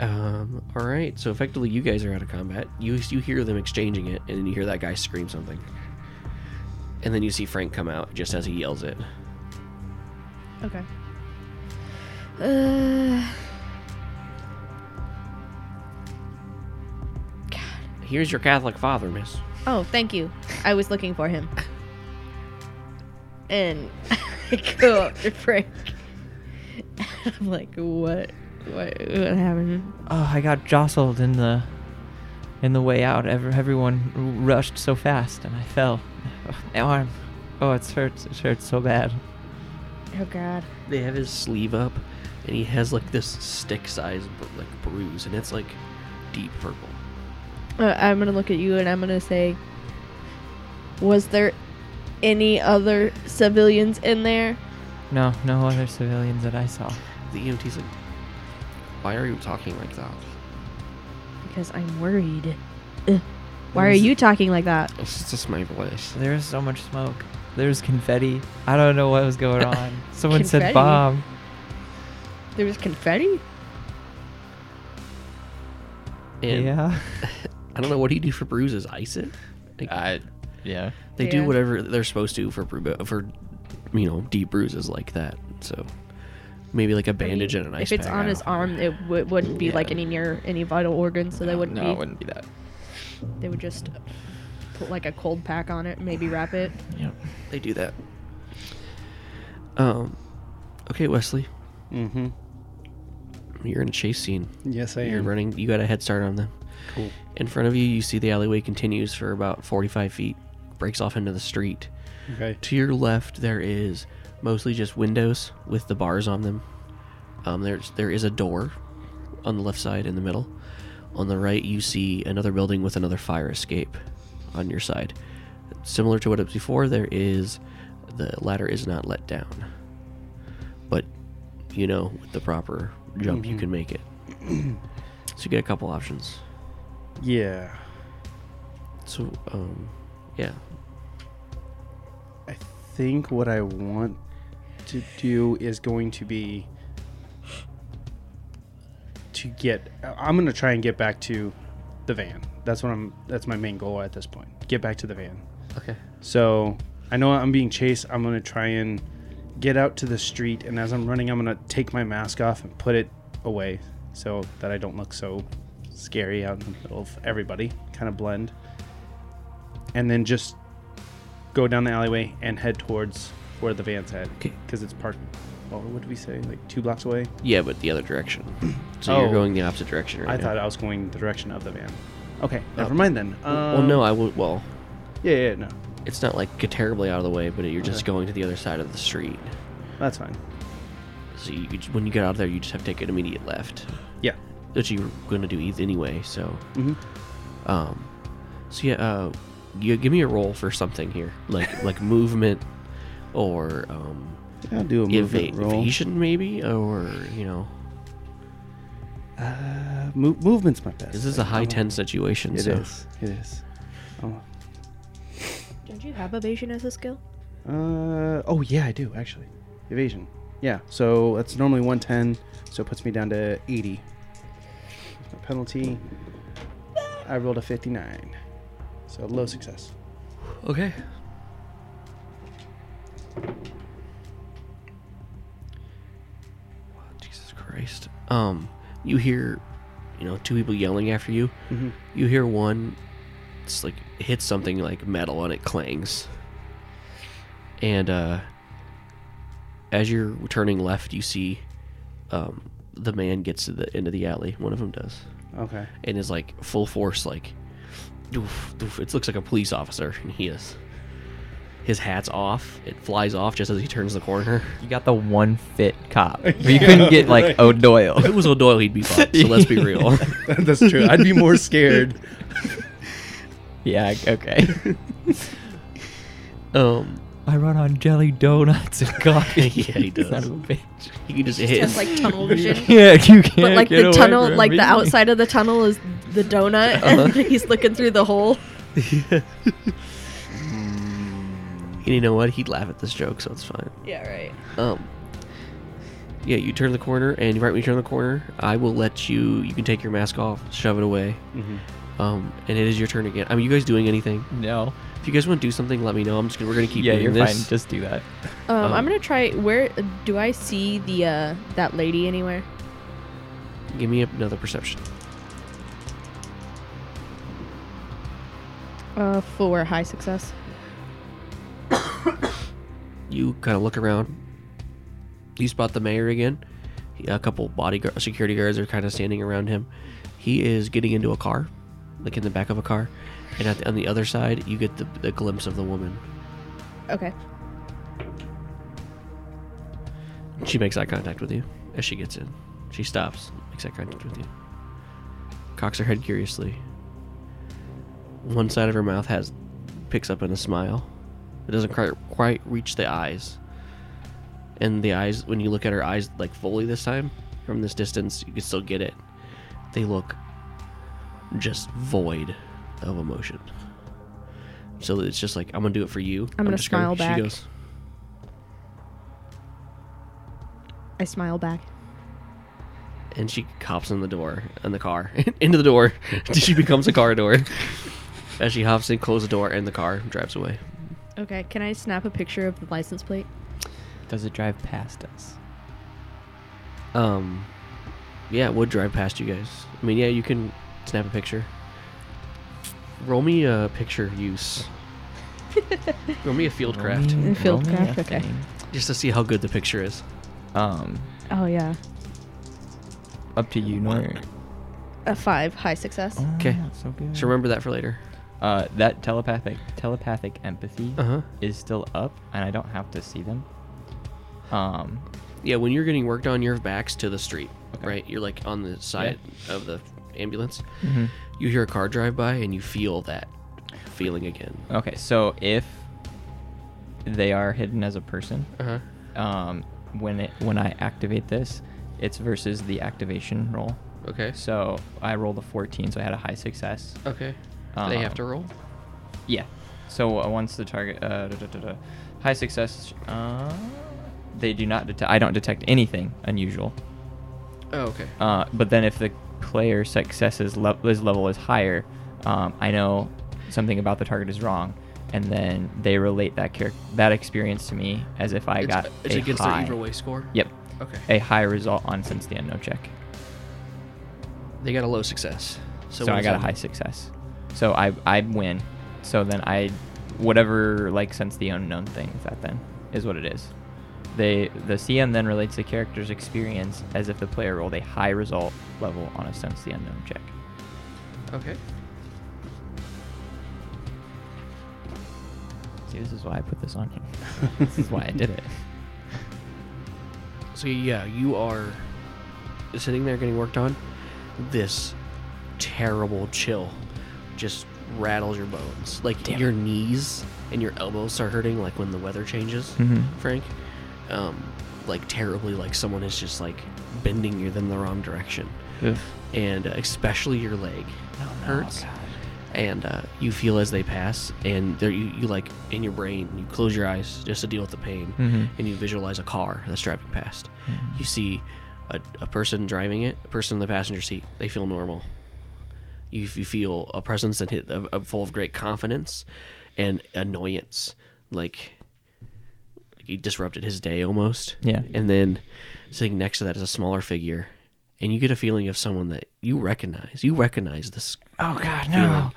[SPEAKER 1] Um, all right. So effectively, you guys are out of combat. You you hear them exchanging it, and then you hear that guy scream something, and then you see Frank come out just as he yells it.
[SPEAKER 3] Okay. Uh,
[SPEAKER 1] Here's your Catholic father, Miss.
[SPEAKER 3] oh, thank you. I was looking for him. And I go up to Frank. I'm like, what? What, what happened?
[SPEAKER 4] Oh, I got jostled in the in the way out. Ever everyone r- rushed so fast, and I fell. My arm. Oh, it hurts. It hurts so bad.
[SPEAKER 3] Oh God.
[SPEAKER 1] They have his sleeve up, and he has like this stick-sized br- like bruise, and it's like deep purple.
[SPEAKER 3] Uh, I'm gonna look at you and I'm gonna say, was there any other civilians in there?
[SPEAKER 4] No, no other civilians that I saw.
[SPEAKER 1] The E EMT's like, "Why are you talking like that?"
[SPEAKER 3] Because I'm worried. Ugh. Why are you talking like that?
[SPEAKER 1] It's just my voice.
[SPEAKER 4] There was so much smoke. There was confetti. I don't know what was going on. Someone
[SPEAKER 3] Confetti?
[SPEAKER 4] said bomb.
[SPEAKER 3] There was confetti.
[SPEAKER 1] And
[SPEAKER 4] Yeah.
[SPEAKER 1] I don't know what do you do for bruises. Ice it. Like,
[SPEAKER 4] Yeah.
[SPEAKER 1] They
[SPEAKER 3] Yeah.
[SPEAKER 1] do whatever they're supposed to for bru- for you know deep bruises like that. So maybe like a bandage and an ice
[SPEAKER 3] If it's
[SPEAKER 1] pack.
[SPEAKER 3] on his arm, it w- wouldn't be like
[SPEAKER 1] Yeah.
[SPEAKER 3] any near any vital organs, so they wouldn't be.
[SPEAKER 4] wouldn't be that.
[SPEAKER 3] They would just put like a cold pack on it, maybe wrap it.
[SPEAKER 4] Yep.
[SPEAKER 1] they do that. Um, okay, Wesley,
[SPEAKER 2] Mm-hmm.
[SPEAKER 1] you're in a chase scene.
[SPEAKER 2] Yes, I
[SPEAKER 1] You're
[SPEAKER 2] am.
[SPEAKER 1] running. You got a head start on them.
[SPEAKER 2] Cool.
[SPEAKER 1] In front of you, you see the alleyway continues for about 45 feet, breaks off into the street.
[SPEAKER 2] Okay.
[SPEAKER 1] To your left, there is mostly just windows with the bars on them, Um, there's there is a door on the left side in the middle. On the right, you see another building with another fire escape on your side. Similar to what it was before, there is the ladder is not let down, but you know with the proper jump
[SPEAKER 2] Mm-hmm.
[SPEAKER 1] you can make it. so you get a couple options.
[SPEAKER 2] Yeah.
[SPEAKER 1] So um, yeah,
[SPEAKER 2] I think what I want to do is going to be to get I'm going to try and get back to the van. That's what I'm that's my main goal at this point. Get back to the van.
[SPEAKER 1] okay.
[SPEAKER 2] So, I know I'm being chased. I'm going to try and get out to the street and as I'm running I'm going to take my mask off and put it away so that I don't look so scary out in the middle of everybody. Kind of blend. And then just go down the alleyway and head towards where the van's at
[SPEAKER 1] Okay.
[SPEAKER 2] because it's parked. Or what did we say? Like two blocks away.
[SPEAKER 1] Yeah, but the other direction. So
[SPEAKER 2] Oh.
[SPEAKER 1] you're going the opposite direction right
[SPEAKER 2] I
[SPEAKER 1] now.
[SPEAKER 2] thought I was going the direction of the van. Okay, never mind then. Um,
[SPEAKER 1] well, no, I will. Well,
[SPEAKER 2] Yeah, yeah, no,
[SPEAKER 1] it's not like terribly out of the way, but you're just
[SPEAKER 2] Okay.
[SPEAKER 1] going to the other side of the street.
[SPEAKER 2] that's fine.
[SPEAKER 1] So you, you, when you get out of there, you just have to take an immediate left,
[SPEAKER 2] Yeah.
[SPEAKER 1] which you're going to do either anyway. So,
[SPEAKER 2] Mm-hmm.
[SPEAKER 1] um, so yeah, uh, you give me a roll for something here, like like movement, or um,
[SPEAKER 2] I'll do a
[SPEAKER 1] eva- evasion maybe, or you know,
[SPEAKER 2] Uh, mo- movement's my best.
[SPEAKER 1] this is a high ten situation.
[SPEAKER 2] It is.
[SPEAKER 1] so
[SPEAKER 2] It is. Oh.
[SPEAKER 3] Don't you have evasion as a skill?
[SPEAKER 2] Uh, oh yeah, I do actually. Evasion. Yeah. So that's normally 110, so it puts me down to 80. That's my penalty. I rolled a 59, so low success.
[SPEAKER 1] Okay. Jesus Christ. Um, you hear, you know, two people yelling after you.
[SPEAKER 2] Mhm.
[SPEAKER 1] You hear one, it's like hits something like metal and it clangs. And uh, as you're turning left, you see, um, the man gets to the end of the alley. One of them does,
[SPEAKER 2] Okay.
[SPEAKER 1] and is like full force, like, doof, doof. It looks like a police officer, and he is. His hat's off. It flies off just as he turns the corner.
[SPEAKER 4] You got the one fit cop. you couldn't get like O'Doyle.
[SPEAKER 1] If it was O'Doyle, he'd be fucked. So let's be real.
[SPEAKER 2] that's true. I'd be more scared.
[SPEAKER 4] yeah. Okay.
[SPEAKER 1] Um,
[SPEAKER 4] I run on jelly donuts and coffee.
[SPEAKER 1] yeah, he does.
[SPEAKER 4] Son of a bitch.
[SPEAKER 1] He can just hit.
[SPEAKER 3] Just like tunnel vision.
[SPEAKER 4] Yeah, you can't.
[SPEAKER 3] But like
[SPEAKER 4] get
[SPEAKER 3] the
[SPEAKER 4] away
[SPEAKER 3] tunnel,
[SPEAKER 4] from
[SPEAKER 3] like
[SPEAKER 4] me.
[SPEAKER 3] the outside of the tunnel is the donut, and he's looking through the hole.
[SPEAKER 1] and you know what? He'd laugh at this joke, so it's fine.
[SPEAKER 3] Yeah, right.
[SPEAKER 1] Um, yeah, you turn the corner, and right when you turn the corner, I will let you. You can take your mask off, shove it away.
[SPEAKER 2] Mhm.
[SPEAKER 1] Um, and it is your turn again. I mean, you guys doing anything?
[SPEAKER 4] No.
[SPEAKER 1] If you guys want to do something, let me know. I'm just gonna, we're gonna keep
[SPEAKER 4] yeah,
[SPEAKER 1] doing
[SPEAKER 4] you're
[SPEAKER 1] this.
[SPEAKER 4] fine. Just do that.
[SPEAKER 3] Um,
[SPEAKER 1] Um,
[SPEAKER 3] I'm gonna try. Where do I see the uh that lady anywhere?
[SPEAKER 1] Give me another perception.
[SPEAKER 3] Uh, for high success.
[SPEAKER 1] You kind of look around. You spot the mayor again. He- A couple bodyguard security guards are kind of standing around him. He is getting into a car, like in the back of a car, and at the, on the other side, you get the, the glimpse of the woman.
[SPEAKER 3] Okay.
[SPEAKER 1] She makes eye contact with you as she gets in. She stops, makes eye contact with you. Cocks her head curiously. One side of her mouth has picks up in a smile. It doesn't quite, quite reach the eyes. And the eyes, when you look at her eyes like fully this time, from this distance, you can still get it. They look just void of emotion. So it's just like I'm gonna do it for you.
[SPEAKER 3] I'm gonna
[SPEAKER 1] just gonna-"
[SPEAKER 3] smile back.
[SPEAKER 1] She goes,
[SPEAKER 3] I smile back.
[SPEAKER 1] and she hops in the door in the car into the door she becomes a car door as she hops in closes the door and the car drives away
[SPEAKER 3] Okay. Can I snap a picture of the license plate?
[SPEAKER 4] Does it drive past us?
[SPEAKER 1] um yeah it would drive past you guys i mean yeah you can snap a picture roll me a picture use roll me a field craft
[SPEAKER 4] Roll me-
[SPEAKER 3] Field
[SPEAKER 4] roll me
[SPEAKER 3] craft,
[SPEAKER 4] a
[SPEAKER 3] okay.
[SPEAKER 4] thing.
[SPEAKER 1] just to see how good the picture is
[SPEAKER 4] Um,
[SPEAKER 3] Oh yeah.
[SPEAKER 4] up to you, Nor.
[SPEAKER 3] A five high success.
[SPEAKER 4] Oh,
[SPEAKER 1] 'Kay.
[SPEAKER 4] that's So good.
[SPEAKER 1] so remember that for later
[SPEAKER 4] Uh, that telepathic telepathic empathy
[SPEAKER 1] uh-huh
[SPEAKER 4] is still up, and I don't have to see them. Um,
[SPEAKER 1] yeah, when you're getting worked on, your back's to the street,
[SPEAKER 2] Okay.
[SPEAKER 1] right? You're like on the side of the ambulance.
[SPEAKER 4] Mm-hmm.
[SPEAKER 1] You hear a car drive by and you feel that feeling again.
[SPEAKER 4] Okay, so if they are hidden as a person,
[SPEAKER 1] Uh-huh.
[SPEAKER 4] um, when it when I activate this, it's versus the activation roll.
[SPEAKER 1] Okay. Oh.
[SPEAKER 4] So I rolled a 14, so I had a high success.
[SPEAKER 1] Okay. Do they have
[SPEAKER 4] Um,
[SPEAKER 1] to roll.
[SPEAKER 4] Yeah. So uh, once the target uh, da, da, da, da, high success, uh, they do not detect. I don't detect anything unusual.
[SPEAKER 1] Oh, okay.
[SPEAKER 4] Uh, but then if the player successes le- his level is higher, um, I know something about the target is wrong, and then they relate that charac- that experience to me as if I
[SPEAKER 1] it's,
[SPEAKER 4] got
[SPEAKER 1] it's
[SPEAKER 4] a
[SPEAKER 1] against
[SPEAKER 4] high.
[SPEAKER 1] their evil way score.
[SPEAKER 4] Yep,
[SPEAKER 1] Okay.
[SPEAKER 4] a high result on since the unknown check.
[SPEAKER 1] They got a low success. So,
[SPEAKER 4] So,
[SPEAKER 1] what
[SPEAKER 4] I
[SPEAKER 1] does
[SPEAKER 4] got
[SPEAKER 1] that
[SPEAKER 4] a high
[SPEAKER 1] mean?
[SPEAKER 4] success. So I I win. So then I whatever like since the unknown thing that then is what it is. They the CM then relates the character's experience as if the player rolled a high result level on a sense the unknown check.
[SPEAKER 1] Okay.
[SPEAKER 4] See, this is why I put this on here. this is why I did it.
[SPEAKER 1] So yeah, you are sitting there getting worked on. This terrible chill just rattles your bones. Like your knees and your elbows are hurting, like when the weather changes.
[SPEAKER 4] Mhm.
[SPEAKER 1] Frank, um, like terribly, like someone is just like bending you in the wrong direction, and uh, especially your leg hurts. And uh, you feel as they pass, and there you, you like in your brain, you close your eyes just to deal with the pain,
[SPEAKER 4] Mhm.
[SPEAKER 1] and you visualize a car that's driving past. You see a, a person driving it, a person in the passenger seat. They feel normal. You, you feel a presence that hit, of, of full of great confidence and annoyance, like he disrupted his day almost.
[SPEAKER 4] Yeah.
[SPEAKER 1] And then sitting next to that is a smaller figure, and you get a feeling of someone that you recognize. You recognize this.
[SPEAKER 4] Oh god,
[SPEAKER 1] no.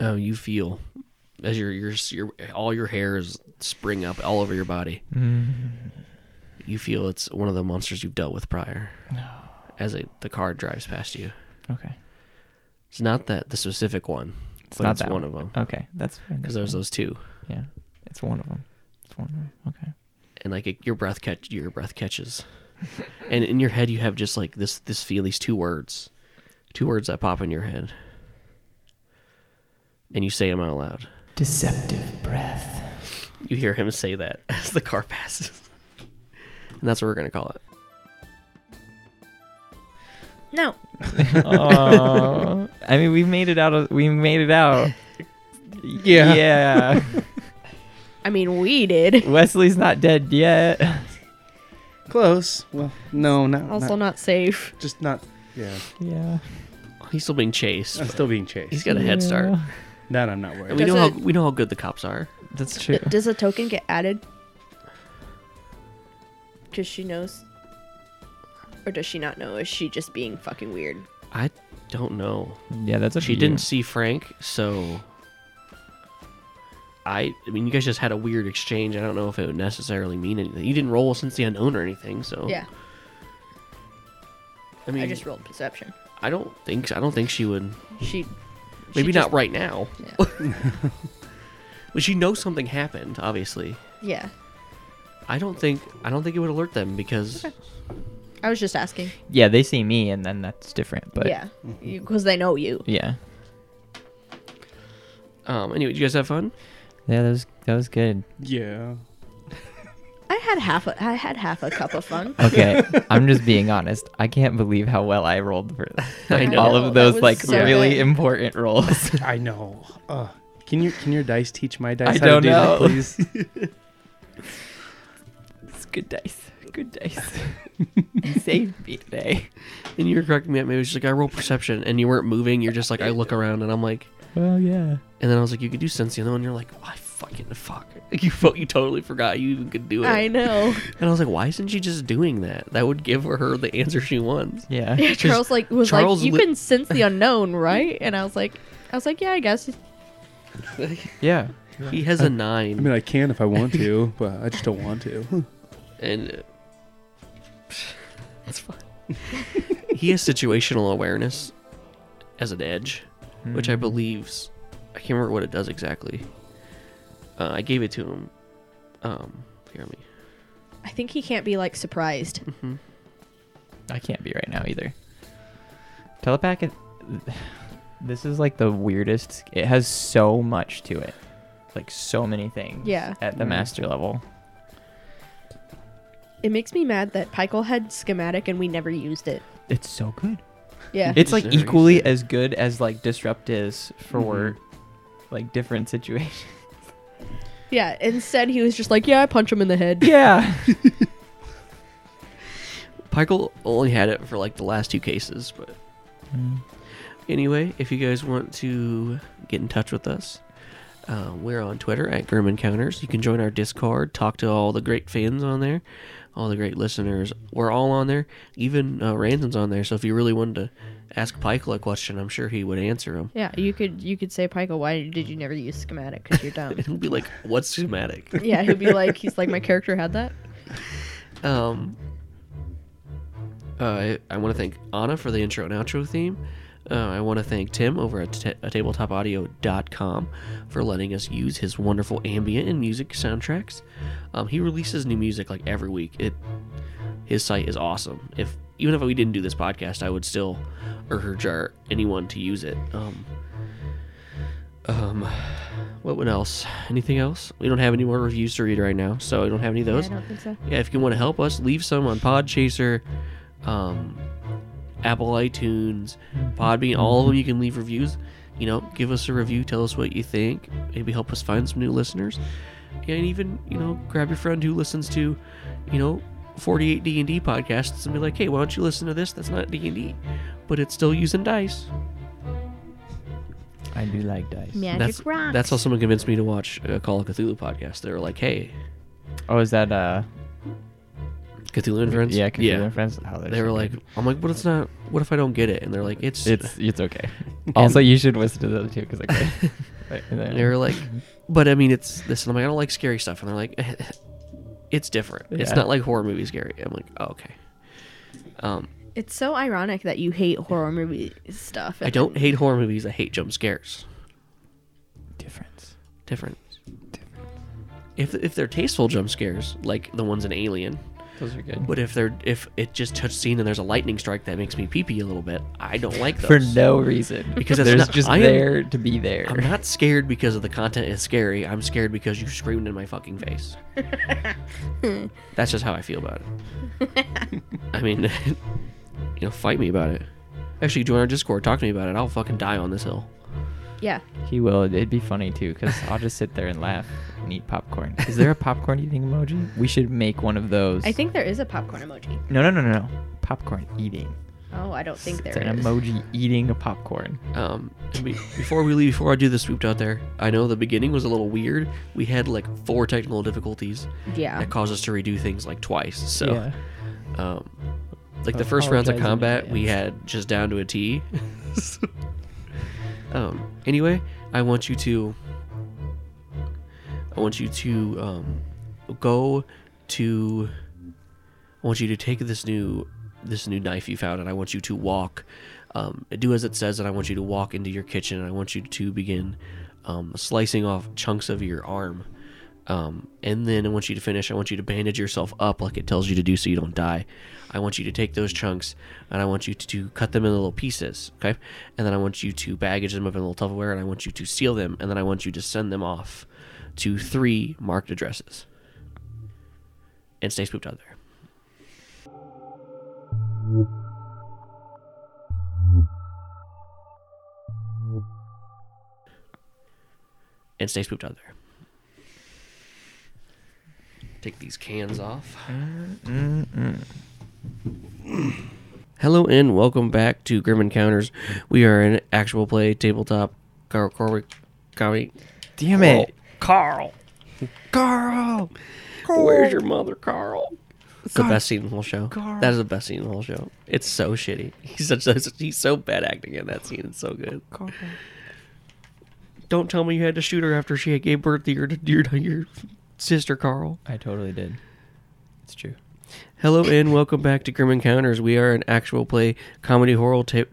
[SPEAKER 1] Oh, you feel as your your your all your hairs spring up all over your body.
[SPEAKER 4] Mm-hmm.
[SPEAKER 1] You feel it's one of the monsters you've dealt with prior. As a, the car drives past you,
[SPEAKER 4] Okay.
[SPEAKER 1] it's not that the specific one,
[SPEAKER 4] It's
[SPEAKER 1] but
[SPEAKER 4] not
[SPEAKER 1] it's
[SPEAKER 4] that
[SPEAKER 1] one, of them.
[SPEAKER 4] Okay, that's fine.
[SPEAKER 1] Because there's
[SPEAKER 4] that's fine.
[SPEAKER 1] those two,
[SPEAKER 4] Yeah. It's one of them. It's one of them. Okay.
[SPEAKER 1] and like it, your breath catch your breath catches, and in your head you have just like this this feel these two words, two words that pop in your head, and you say them out loud.
[SPEAKER 4] Deceptive breath.
[SPEAKER 1] You hear him say that as the car passes, and that's what we're gonna call it.
[SPEAKER 3] No.
[SPEAKER 4] oh, I mean, we made it out of. We made it out.
[SPEAKER 2] Yeah.
[SPEAKER 4] Yeah.
[SPEAKER 3] I mean, we did.
[SPEAKER 4] Wesley's not dead yet.
[SPEAKER 2] Close. Well, no, not
[SPEAKER 3] Also
[SPEAKER 2] not,
[SPEAKER 3] not safe.
[SPEAKER 2] just not. Yeah,
[SPEAKER 4] Yeah.
[SPEAKER 1] He's still being chased.
[SPEAKER 2] I'm still being
[SPEAKER 1] He's
[SPEAKER 2] chased.
[SPEAKER 1] got a head start.
[SPEAKER 4] Yeah.
[SPEAKER 2] That I'm not
[SPEAKER 1] And
[SPEAKER 2] worried.
[SPEAKER 1] we
[SPEAKER 3] Does
[SPEAKER 1] know how
[SPEAKER 3] it-
[SPEAKER 1] we know how good the cops are.
[SPEAKER 4] That's true.
[SPEAKER 3] D- does a token get added? Because she knows. Or does she not know? Is she just being fucking weird?
[SPEAKER 1] I don't know.
[SPEAKER 4] yeah, that's a.
[SPEAKER 1] She didn't see Frank, so I I mean you guys just had a weird exchange. I don't know if it would necessarily mean anything. You didn't roll since the unknown or anything, so
[SPEAKER 3] Yeah.
[SPEAKER 1] Oh. I mean
[SPEAKER 3] I just rolled perception.
[SPEAKER 1] I don't think I don't think she would
[SPEAKER 3] She.
[SPEAKER 1] maybe
[SPEAKER 3] she
[SPEAKER 1] not
[SPEAKER 3] just-
[SPEAKER 1] right now.
[SPEAKER 3] Yeah.
[SPEAKER 1] But she knows something happened, obviously.
[SPEAKER 3] yeah.
[SPEAKER 1] I don't think I don't think it would alert them because
[SPEAKER 3] I was just asking.
[SPEAKER 4] Yeah, they see me, and then that's different. But
[SPEAKER 3] yeah. Because they know you.
[SPEAKER 4] Yeah.
[SPEAKER 1] um anyway, did you guys have fun?
[SPEAKER 4] Yeah, that was that was good.
[SPEAKER 2] Yeah.
[SPEAKER 3] I had half a I had half a cup of fun.
[SPEAKER 4] Okay, I'm just being honest. I can't believe how well I rolled for like,
[SPEAKER 1] know.
[SPEAKER 4] all
[SPEAKER 3] I know, that
[SPEAKER 4] of those
[SPEAKER 3] was
[SPEAKER 4] like
[SPEAKER 3] so
[SPEAKER 4] really
[SPEAKER 3] good.
[SPEAKER 4] important rolls.
[SPEAKER 2] I know. Uh, can your can your dice teach my dice
[SPEAKER 4] I
[SPEAKER 2] how
[SPEAKER 4] don't
[SPEAKER 2] to do
[SPEAKER 4] know.
[SPEAKER 2] that, please?
[SPEAKER 4] it's good dice. Good dice. you saved me today.
[SPEAKER 1] And you were correcting me that maybe she's like I roll perception and you weren't moving, you're just like I look around and I'm like
[SPEAKER 4] Well, yeah.
[SPEAKER 1] and then I was like, you could do sense the other one. You're like, why fucking fuck? Like, you fo- you totally forgot you even could do it.
[SPEAKER 3] I know.
[SPEAKER 1] And I was like, why isn't she just doing that? That would give her the answer she wants.
[SPEAKER 4] Yeah.
[SPEAKER 3] Yeah, Charles like was
[SPEAKER 1] Charles
[SPEAKER 3] like, "You
[SPEAKER 1] lit-
[SPEAKER 3] can sense the unknown, right?" And I was like, "I was like, yeah, I guess."
[SPEAKER 4] Yeah.
[SPEAKER 1] He has a nine,
[SPEAKER 2] I mean, I can if I want to, but I just don't want to.
[SPEAKER 1] and uh, that's fine. he has situational awareness as an edge, which I
[SPEAKER 2] Hmm.
[SPEAKER 1] believe's I can't remember what it does exactly. Uh, I gave it to him. Um, hear me. mm-hmm.
[SPEAKER 3] I think he can't be like surprised.
[SPEAKER 4] I can't be right now either. Telepathic. This is like the weirdest. It has so much to it, like so many things.
[SPEAKER 3] Yeah.
[SPEAKER 4] At the master level.
[SPEAKER 3] It makes me mad that Pykel had schematic and we never used it.
[SPEAKER 4] It's so good.
[SPEAKER 3] Yeah.
[SPEAKER 4] It's like
[SPEAKER 1] Very
[SPEAKER 4] equally
[SPEAKER 1] good.
[SPEAKER 4] as good as like disrupt is for like different situations.
[SPEAKER 3] yeah. Instead, he was just like, yeah, I punch him in the head.
[SPEAKER 4] Yeah.
[SPEAKER 1] Pykel only had it for like the last two cases, but
[SPEAKER 4] Mm,
[SPEAKER 1] anyway, if you guys want to get in touch with us, uh, we're on Twitter at Grim Encounters. You can join our Discord, talk to all the great fans on there, all the great listeners. We're all on there. Even uh, Ransom's on there. So if you really wanted to ask Pykel a question, I'm sure he would answer them.
[SPEAKER 3] Yeah, you could you could say Pykel, why did you never use schematic? Because you're dumb.
[SPEAKER 1] It'll be like, what's schematic?
[SPEAKER 3] yeah, he'll be like, he's like, my character had that.
[SPEAKER 1] Um, uh, I, I want to thank Anna for the intro and outro theme. Uh, I want to thank Tim over at t- uh, tabletopaudio.com for letting us use his wonderful ambient and music soundtracks. Um, he releases new music like every week. It his site is awesome. If even if we didn't do this podcast, I would still urge our, anyone to use it. Um, um, what one else? Anything else? We don't have any more reviews to read right now, so I don't have any of those
[SPEAKER 3] I don't think so.
[SPEAKER 1] yeah, if you want to help us, leave some on Podchaser, um, Apple iTunes, Podbean, all of them. You can leave reviews. You know, give us a review. Tell us what you think. Maybe help us find some new listeners. Yeah, and even you know, grab your friend who listens to, you know, 48 D and D podcasts and be like, hey, why don't you listen to this? That's not D and D, but it's still using dice.
[SPEAKER 4] I do like dice.
[SPEAKER 3] Magic
[SPEAKER 1] That's
[SPEAKER 3] rocks.
[SPEAKER 1] that's how someone convinced me to watch a Call of Cthulhu podcast. They were like, hey,
[SPEAKER 4] Oh, is that uh?
[SPEAKER 1] Cthulhu and friends.
[SPEAKER 4] Yeah. Computer and friends. Oh, they're
[SPEAKER 1] They
[SPEAKER 4] so
[SPEAKER 1] were like,
[SPEAKER 4] good.
[SPEAKER 1] I'm like, but it's not. What if I don't get it? And they're like, it's.
[SPEAKER 4] it's it's okay. also, you should listen to the other two because like.
[SPEAKER 1] And Um, they were like, but I mean, it's this. And I'm like, I don't like scary stuff. And they're like, it's different. It's
[SPEAKER 4] Yeah.
[SPEAKER 1] not like horror movie scary. I'm like, oh, okay. Um,
[SPEAKER 3] It's so ironic that you hate horror movie stuff.
[SPEAKER 1] I don't hate horror movies. I hate jump scares.
[SPEAKER 4] difference.
[SPEAKER 1] Different. If if they're tasteful jump scares, like the ones in Alien,
[SPEAKER 4] Those are good.
[SPEAKER 1] but if they're if it just touched scene and there's a lightning strike that makes me pee pee a little bit, I don't like those.
[SPEAKER 4] for no reason
[SPEAKER 1] Because it's
[SPEAKER 4] there's
[SPEAKER 1] not-
[SPEAKER 4] just
[SPEAKER 1] I am-
[SPEAKER 4] there to be there.
[SPEAKER 1] I'm not scared because of the content is scary. I'm scared because you screamed in my fucking face. That's just how I feel about it. I mean, you know, fight me about it. Actually, join our Discord. Talk to me about it. I'll fucking die on this hill.
[SPEAKER 3] Yeah.
[SPEAKER 4] He will. It'd be funny too, because I'll just sit there and laugh and eat popcorn. Is there a popcorn eating emoji? We should make one of those.
[SPEAKER 3] I think there is a popcorn emoji.
[SPEAKER 4] No, no, no, no, no. Popcorn eating.
[SPEAKER 3] Oh, I don't think there
[SPEAKER 4] it's
[SPEAKER 3] is.
[SPEAKER 4] an emoji eating a popcorn.
[SPEAKER 1] Um, and be- before we leave, before I do the swooped out there, I know the beginning was a little weird. We had like four technical difficulties
[SPEAKER 3] yeah.
[SPEAKER 1] that caused us to redo things like twice. So,
[SPEAKER 4] Yeah.
[SPEAKER 1] um, like the first rounds of
[SPEAKER 4] Apologize in
[SPEAKER 1] combat, we
[SPEAKER 4] advance.
[SPEAKER 1] had just down to a T. So- um, anyway, I want you to, I want you to um, go to, I want you to take this new this new knife you found, and I want you to walk, um, do as it says, and I want you to walk into your kitchen, and I want you to begin um, slicing off chunks of your arm. Um, and then I want you to finish. I want you to bandage yourself up like it tells you to do so you don't die. I want you to take those chunks and I want you to, to cut them into little pieces, okay? And then I want you to baggage them up in a little Tupperware and I want you to seal them and then I want you to send them off to three marked addresses. And stay spooked out there. And stay spooked out there. Take these cans off. Hello and welcome back to Grim Encounters. We are an actual play tabletop Carl Corwick comedy.
[SPEAKER 4] Damn it.
[SPEAKER 1] Carl! Carl! Where's your mother, Carl? It's the best scene in the whole show. That is the best scene in the whole show. It's so shitty. He's such a, he's so bad acting in that scene. It's so good. Don't tell me you had to shoot her after she gave birth to your, your, your sister, Carl.
[SPEAKER 4] I totally did. It's true.
[SPEAKER 1] Hello and welcome back to Grim Encounters. We are an actual play comedy horror tape.